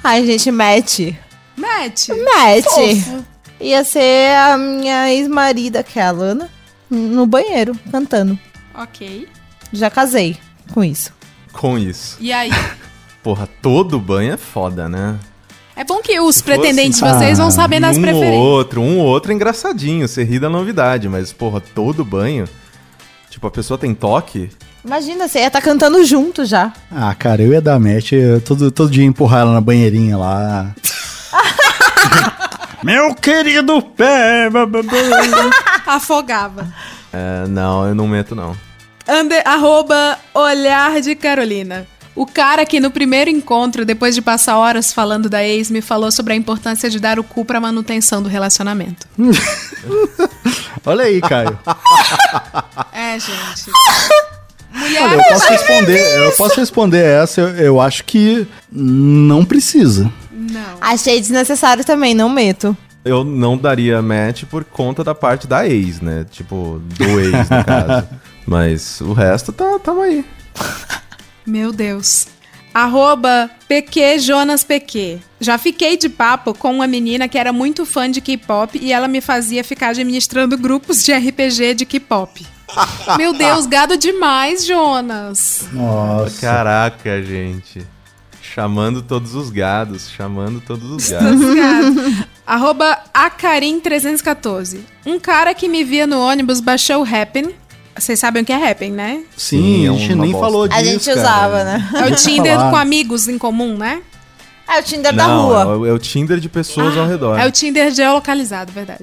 Ai, gente, mete. Match. Mete. Ia ser a minha ex-marida, que é a Lana, no banheiro, cantando. Ok. Já casei com isso. Com isso. E aí? Porra, todo banho é foda, né? É bom que os Se fosse- pretendentes de vocês vão saber das um ou preferências. outro, um ou outro é engraçadinho, você ri da novidade, mas, porra, todo banho. Tipo, a pessoa tem toque. Imagina, você ia estar cantando junto já. Ah, cara, eu ia dar match. eu todo, todo dia ia empurrar ela na banheirinha lá. Meu querido pé! blá, blá, blá. Afogava. É, não, eu não meto, não. Under, arroba olhar de Carolina. O cara que no primeiro encontro, depois de passar horas falando da ex, me falou sobre a importância de dar o cu pra manutenção do relacionamento. Olha aí, Caio. Ah. É, gente. Olha, eu posso responder, eu posso responder essa, eu, eu acho que não precisa. Não. Achei desnecessário também, não meto. Eu não daria match por conta da parte da ex, né? Tipo, do ex, no caso. Mas o resto tá, tamo aí. Meu Deus. Arroba PQ Jonas PQ. Já fiquei de papo com uma menina que era muito fã de K-pop e ela me fazia ficar administrando grupos de RPG de K-pop. Meu Deus, gado demais, Jonas. Nossa. Caraca, gente. Chamando todos os gados, chamando todos os gados. Tá Arroba Acarim314. Um cara que me via no ônibus baixou o Happen. Vocês sabem o que é Happen, né? Sim, Sim, é a gente uma nem bosta. falou disso. A gente cara. usava, né? É o Tinder Claro. com amigos em comum, né? É o Tinder da não, rua. é o, é o Tinder de pessoas Ah, ao redor. É o Tinder geolocalizado, verdade.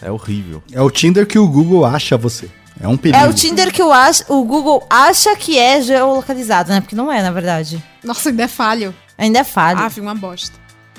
É horrível. É o Tinder que o Google acha você. É um perigo. É o Tinder que o, acho, o Google acha que é geolocalizado, né? Porque não é, na verdade. Nossa, ainda é falho. Ainda é falho. Ah, uma bosta.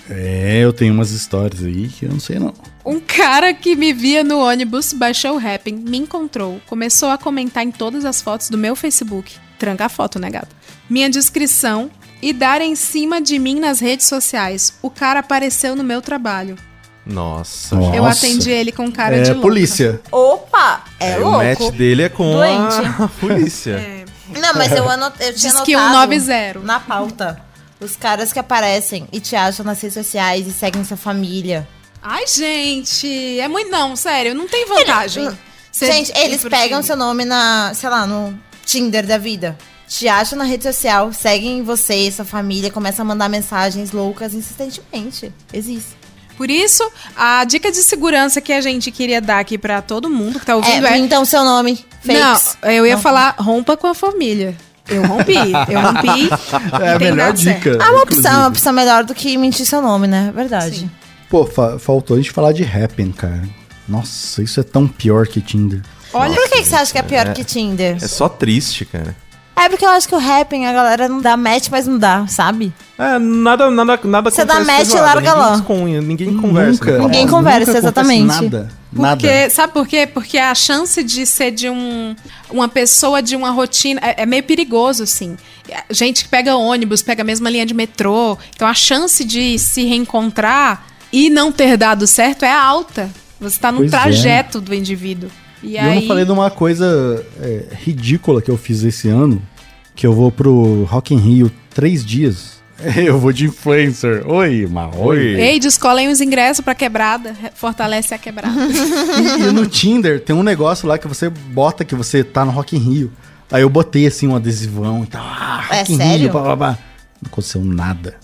É, eu tenho umas histórias aí que eu não sei não. Um cara que me via no ônibus baixou o rapping, me encontrou, começou a comentar em todas as fotos do meu Facebook. Tranca a foto, né, gato? Minha descrição e dar em cima de mim nas redes sociais. O cara apareceu no meu trabalho. Nossa. Nossa. Eu atendi ele com cara de é louca. polícia. Opa! É, É, o match louco. dele é com a Doente. É. polícia. Não, mas eu, anot, eu tinha Diz que anotado 190. na pauta. Os caras que aparecem e te acham nas redes sociais e seguem sua família. Ai, gente, é muito não, sério, não tem vantagem. Cê- Gente, eles pro pegam time. seu nome na, sei lá, no Tinder da vida. Te acham na rede social, seguem você e sua família, começam a mandar mensagens loucas insistentemente. Existe. Por isso, a dica de segurança que a gente queria dar aqui pra todo mundo que tá ouvindo É, é então seu nome, fakes. Não, eu ia falar rompa com a família. Eu rompi, eu rompi. É a Não tem melhor dado certo. dica. É uma opção, inclusive. é uma opção melhor do que mentir seu nome, né? Verdade. Sim. Pô, fa- faltou a gente falar de Happn, cara. Nossa, isso é tão pior que Tinder. Olha, Por que, que você acha que é pior é. que Tinder? É só triste, cara. É porque eu acho que o rapping, a galera não dá match, mas não dá, sabe? É, nada, nada, nada Você dá acontece match e feijoada, larga ninguém lá. desconha, Ninguém conversa. Nunca, né? Ninguém nunca conversa, acontece exatamente. Nada, nada. porque, sabe por quê? Porque a chance de ser de um, uma pessoa de uma rotina é, é meio perigoso, assim. Gente que pega ônibus, pega a mesma linha de metrô. Então a chance de se reencontrar e não ter dado certo é alta. Você tá num Pois é. trajeto do indivíduo. E E eu aí. não falei de uma coisa é, ridícula que eu fiz esse ano, que eu vou pro Rock in Rio três dias. Eu vou de influencer. Oi, ma, oi. Oi. Ei, descolem os ingressos pra quebrada. Fortalece a quebrada. E, e no Tinder tem um negócio lá que você bota que você tá no Rock in Rio. Aí eu botei assim um adesivão e tal. Ah, É Rock in sério? Rio, blá, blá, blá. Não aconteceu nada.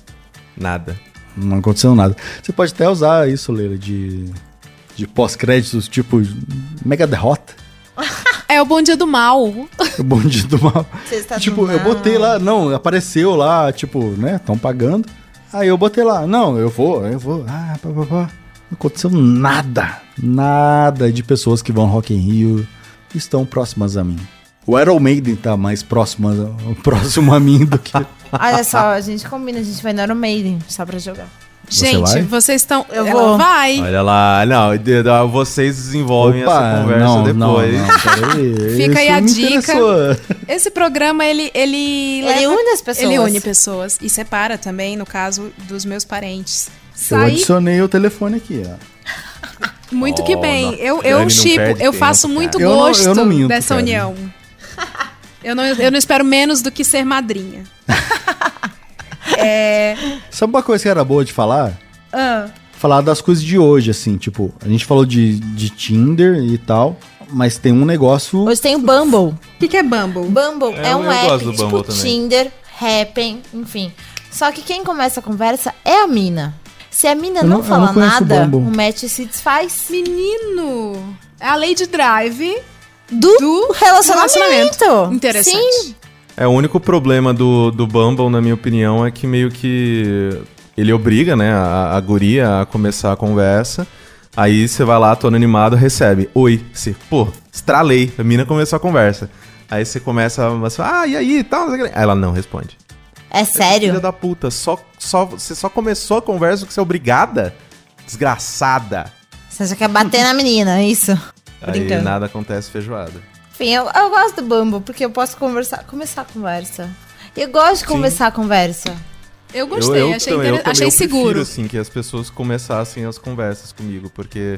Nada. Não aconteceu nada. Você pode até usar isso, Leila, de, de pós-créditos, tipo mega derrota. É o bom dia do mal. O bonde do mal. Você está do tipo, eu mal. botei lá, não, apareceu lá, tipo, né, estão pagando. Aí eu botei lá, não, eu vou, eu vou. Ah, pá, pá, pá. Não aconteceu nada, nada de pessoas que vão ao Rock in Rio estão próximas a mim. O Iron Maiden tá mais próximo a, próximo a mim do que... Olha só, a gente combina, a gente vai no Iron Maiden só pra jogar. Gente, vai? vocês estão. Eu Ela vou. vai. Olha lá, não, de- de- vocês desenvolvem essa conversa depois. não, peraí, Fica aí isso a me dica. interessou. Esse programa, ele. Ele, Ele une as pessoas. Ele une pessoas. E separa também, no caso dos meus parentes. Eu Saí. adicionei o telefone aqui, ó. Muito que bem. Olha, Eu, Dani eu não chipo, perde eu tempo, faço cara. muito Eu não- eu gosto não minto, dessa cara. união. Eu não, eu não espero menos do que ser madrinha. é. Sabe uma coisa que era boa de falar? ah, Falar das coisas de hoje, assim, tipo, a gente falou de, de Tinder e tal, mas tem um negócio. Hoje tem o Bumble. O que, que é Bumble? Bumble É, é, eu um gosto app do tipo Bumble também. Tinder, Happen, enfim. Só que quem começa a conversa é a mina. Se a mina Eu não, não- eu fala não conheço o nada, o, Bumble. match se desfaz Menino! É a Lady Drive do, do relacionamento. Interessante. Sim, É, o único problema do, do Bumble, na minha opinião, é que meio que ele obriga, né, a, a guria a começar a conversa. Aí você vai lá, todo animado, recebe. Oi. Você, pô, estralei. A mina começou a conversa. Aí você começa a você fala, ah, e aí, tal. não sei o que. Aí ela não responde. é Filha sério. da puta, só, só, você só começou a conversa que você é obrigada? Desgraçada. Você só quer bater na menina, é isso? Aí Brincando. nada acontece feijoada. Enfim, eu, eu gosto do Bumble, porque eu posso conversar, começar a conversa. Eu gosto de começar a conversa. Eu gostei, achei, também- inter- também, achei seguro. prefiro, assim, que as pessoas começassem as conversas comigo, porque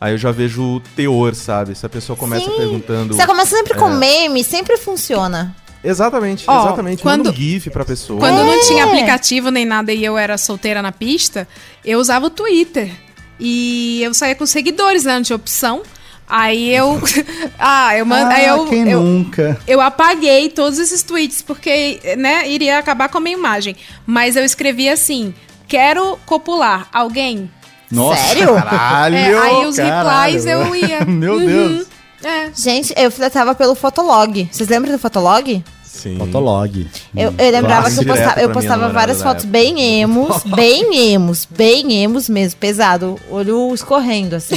aí eu já vejo o teor, sabe? Se a pessoa começa Sim. perguntando... Você começa sempre com É. meme, sempre funciona. Exatamente, Ó, exatamente. quando- Manda um gif pra pessoa. Quando não É. tinha aplicativo nem nada e eu era solteira na pista, eu usava o Twitter. E eu saía com seguidores, né? Não tinha opção. Aí eu. ah, eu mando. aí eu, quem eu, nunca? eu apaguei todos esses tweets, porque, né, iria acabar com a minha imagem. Mas eu escrevi assim: quero copular alguém. Sério? Caralho! É, aí os caralho. replies eu ia. Meu Uhum. Deus! É. Gente, eu flertava pelo Fotolog. Vocês lembram do Fotolog? Sim. Fotolog. Eu, eu lembrava Claro, que eu direto postava, eu pra minha postava namorada várias da fotos época. bem emos, bem emos, bem emos mesmo, pesado, olho escorrendo assim.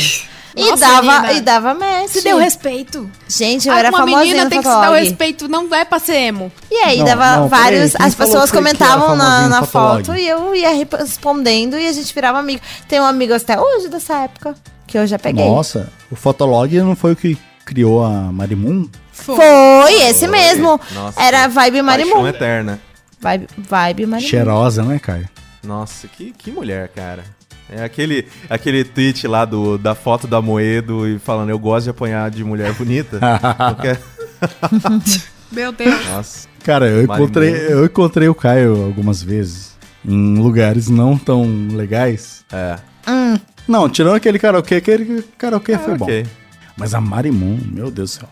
E Nossa, dava, menina. e dava match. Se deu respeito. Gente, eu Ah, era uma famosinha menina no tem que se dar o Fotolog. respeito, não é pra ser emo. E aí Não, dava não, peraí, vários, quem as falou pessoas foi que era comentavam na, famosinho na no Fotolog? foto e eu ia respondendo e a gente virava amigo. Tem um amigo até hoje dessa época que eu já peguei. Nossa, o Fotolog não foi o que criou a Marimun? Foi. Foi esse mesmo. Nossa. Era Paixão vibe é Marimun. eterna. Vibe, vibe Marimun. Cheirosa, né, cara? Nossa, que, que mulher, cara. É aquele, aquele tweet lá do, da foto da Moedo e falando, eu gosto de apanhar de mulher bonita. Porque- Meu Deus. Nossa. Cara, eu Marimun. encontrei, eu encontrei o Caio algumas vezes em lugares não tão legais. É. Hum. Não, tirando aquele karaokê, aquele karaokê Ah, foi ok. é bom. Mas a Marimun, meu Deus do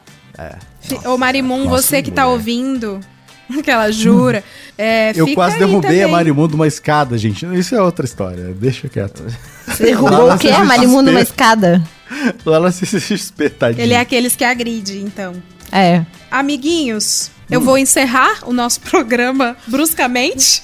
céu. Ô Marimun, Nossa, você que tá mulher. ouvindo, que ela jura, é, Eu fica quase aí derrubei também. a Marimun de uma escada, gente. Isso é outra história, deixa quieto. Você derrubou Lá o quê? na A é Marimun numa CCXP. escada? Lá na CCXP, tadinho. Ele é aqueles que agride, então. É. Amiguinhos, eu Hum. vou encerrar o nosso programa bruscamente.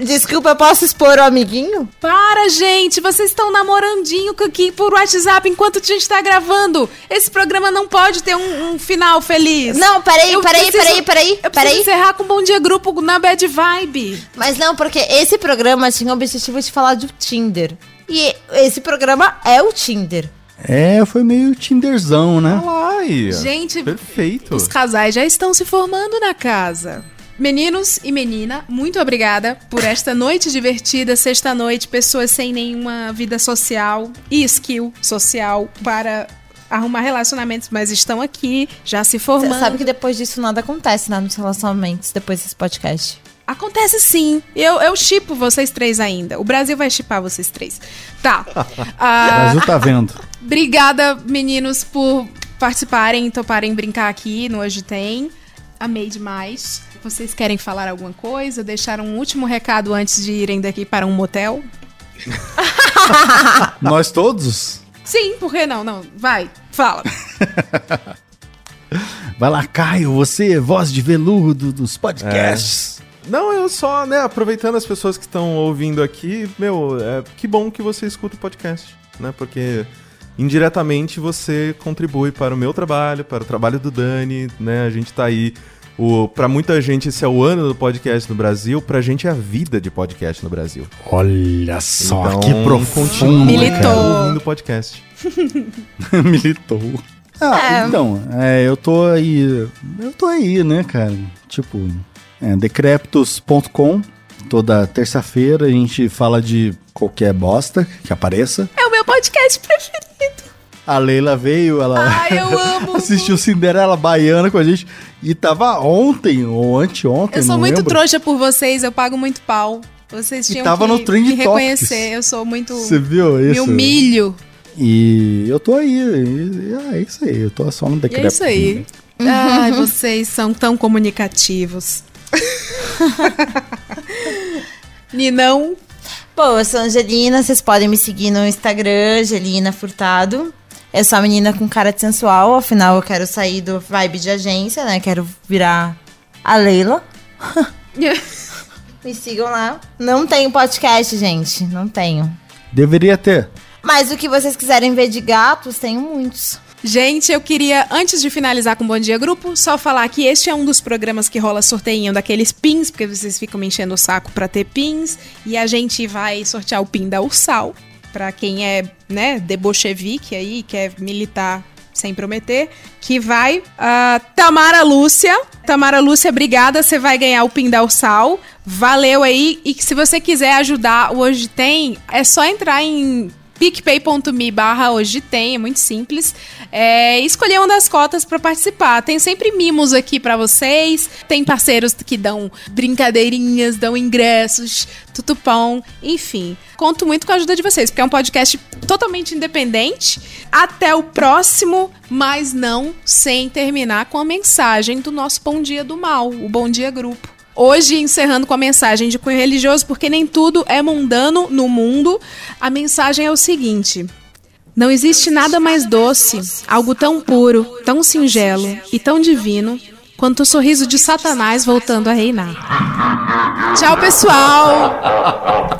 Desculpa, eu posso expor o amiguinho? Para, gente! Vocês estão namorandinho aqui por WhatsApp enquanto a gente tá gravando. Esse programa não pode ter um, um final feliz. Não, peraí, Eu peraí, preciso- peraí, peraí, Eu preciso peraí. encerrar com um Bom Dia Grupo na Bad Vibe. Mas não, porque esse programa tinha o objetivo de falar do Tinder. E esse programa é o Tinder. É, foi meio Tinderzão, né? Olha Tá lá aí. ó. Gente, Perfeito. Os casais já estão se formando na casa. Meninos e menina, muito obrigada por esta noite divertida, sexta-noite, pessoas sem nenhuma vida social e skill social para arrumar relacionamentos, mas estão aqui, já se Você formando. sabe que depois disso nada acontece, nada nos relacionamentos, depois desse podcast. Acontece sim. Eu, eu chipo vocês três ainda. O Brasil vai chipar vocês três. Tá. O Ah, Brasil tá vendo. Obrigada, meninos, por participarem e toparem brincar aqui no Hoje Tem. Amei demais. Vocês querem falar alguma coisa? Deixar um último recado antes de irem daqui para um motel? Nós todos? Sim, por que não? Não, vai, fala. Vai lá, Caio, você, voz de veludo dos podcasts. Não, eu só, né, aproveitando as pessoas que estão ouvindo aqui, meu, é, que bom que você escuta o podcast, né? Porque indiretamente você contribui para o meu trabalho, para o trabalho do Dani, né? A gente tá aí. O, pra muita gente, esse é o ano do podcast no Brasil, pra gente é a vida de podcast no Brasil. Olha só, Então, que profundo. Militou. cara. Ouvindo podcast. Militou. Ah, então, é, eu tô aí. Eu tô aí, né, cara? Tipo, é, decreptos.com. Toda terça-feira a gente fala de qualquer bosta que apareça. É o meu podcast preferido. A Leila veio, ela Ai, eu amo. assistiu Cinderela Baiana com a gente. E tava ontem, ou anteontem, Eu sou não muito lembro. trouxa por vocês, eu pago muito pau. Vocês tinham tava que no Trend me Topics. reconhecer, eu sou muito... Você viu Me isso? humilho. E eu tô aí. e- e- é isso aí. Eu tô só no E decreto. é isso aí. Ai, vocês são tão comunicativos. Ninão, Bom, eu sou a Angelina, vocês podem me seguir no Instagram, Angelina Furtado. Eu sou a menina com cara de sensual, afinal eu quero sair do vibe de agência, né? Quero virar a Leila. me sigam lá. Não tenho podcast, gente, não tenho. Deveria ter. Mas o que vocês quiserem ver de gatos, tenho muitos. Gente, eu queria, antes de finalizar com o Bom Dia Grupo, só falar que este é um dos programas que rola sorteinho daqueles pins, porque vocês ficam me enchendo o saco pra ter pins. E a gente vai sortear o pin da Ursal, pra quem é, né, debochevique aí, quer militar sem prometer, que vai ah, Tamara Lúcia. Tamara Lúcia, obrigada, você vai ganhar o pin da Ursal. Valeu aí. E que se você quiser ajudar, o Hoje Tem, é só entrar em picpay.me barra hoje tem, é muito simples. É, escolher uma das cotas para participar. Tem sempre mimos aqui para vocês. Tem parceiros que dão brincadeirinhas, dão ingressos, tutupão, enfim. Conto muito com a ajuda de vocês, porque é um podcast totalmente independente. Até o próximo, mas não sem terminar com a mensagem do nosso Bom Dia do Mal, o Bom Dia Grupo. Hoje, encerrando com a mensagem de cunho religioso, porque nem tudo é mundano no mundo, a mensagem é o seguinte: Não existe nada mais doce, algo tão puro, tão singelo e tão divino quanto o sorriso de Satanás voltando a reinar. Tchau, pessoal!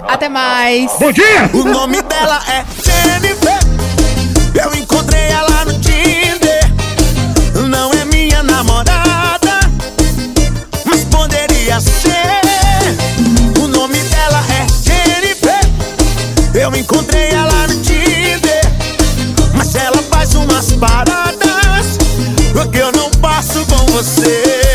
Até mais! O nome dela é Jennifer. Eu encontrei ela no Tinder. Não é minha namorada, mas poderia ser. O nome dela é Jennifer. Eu encontrei ela no Tinder. Mas ela faz umas paradas que eu não passo com você.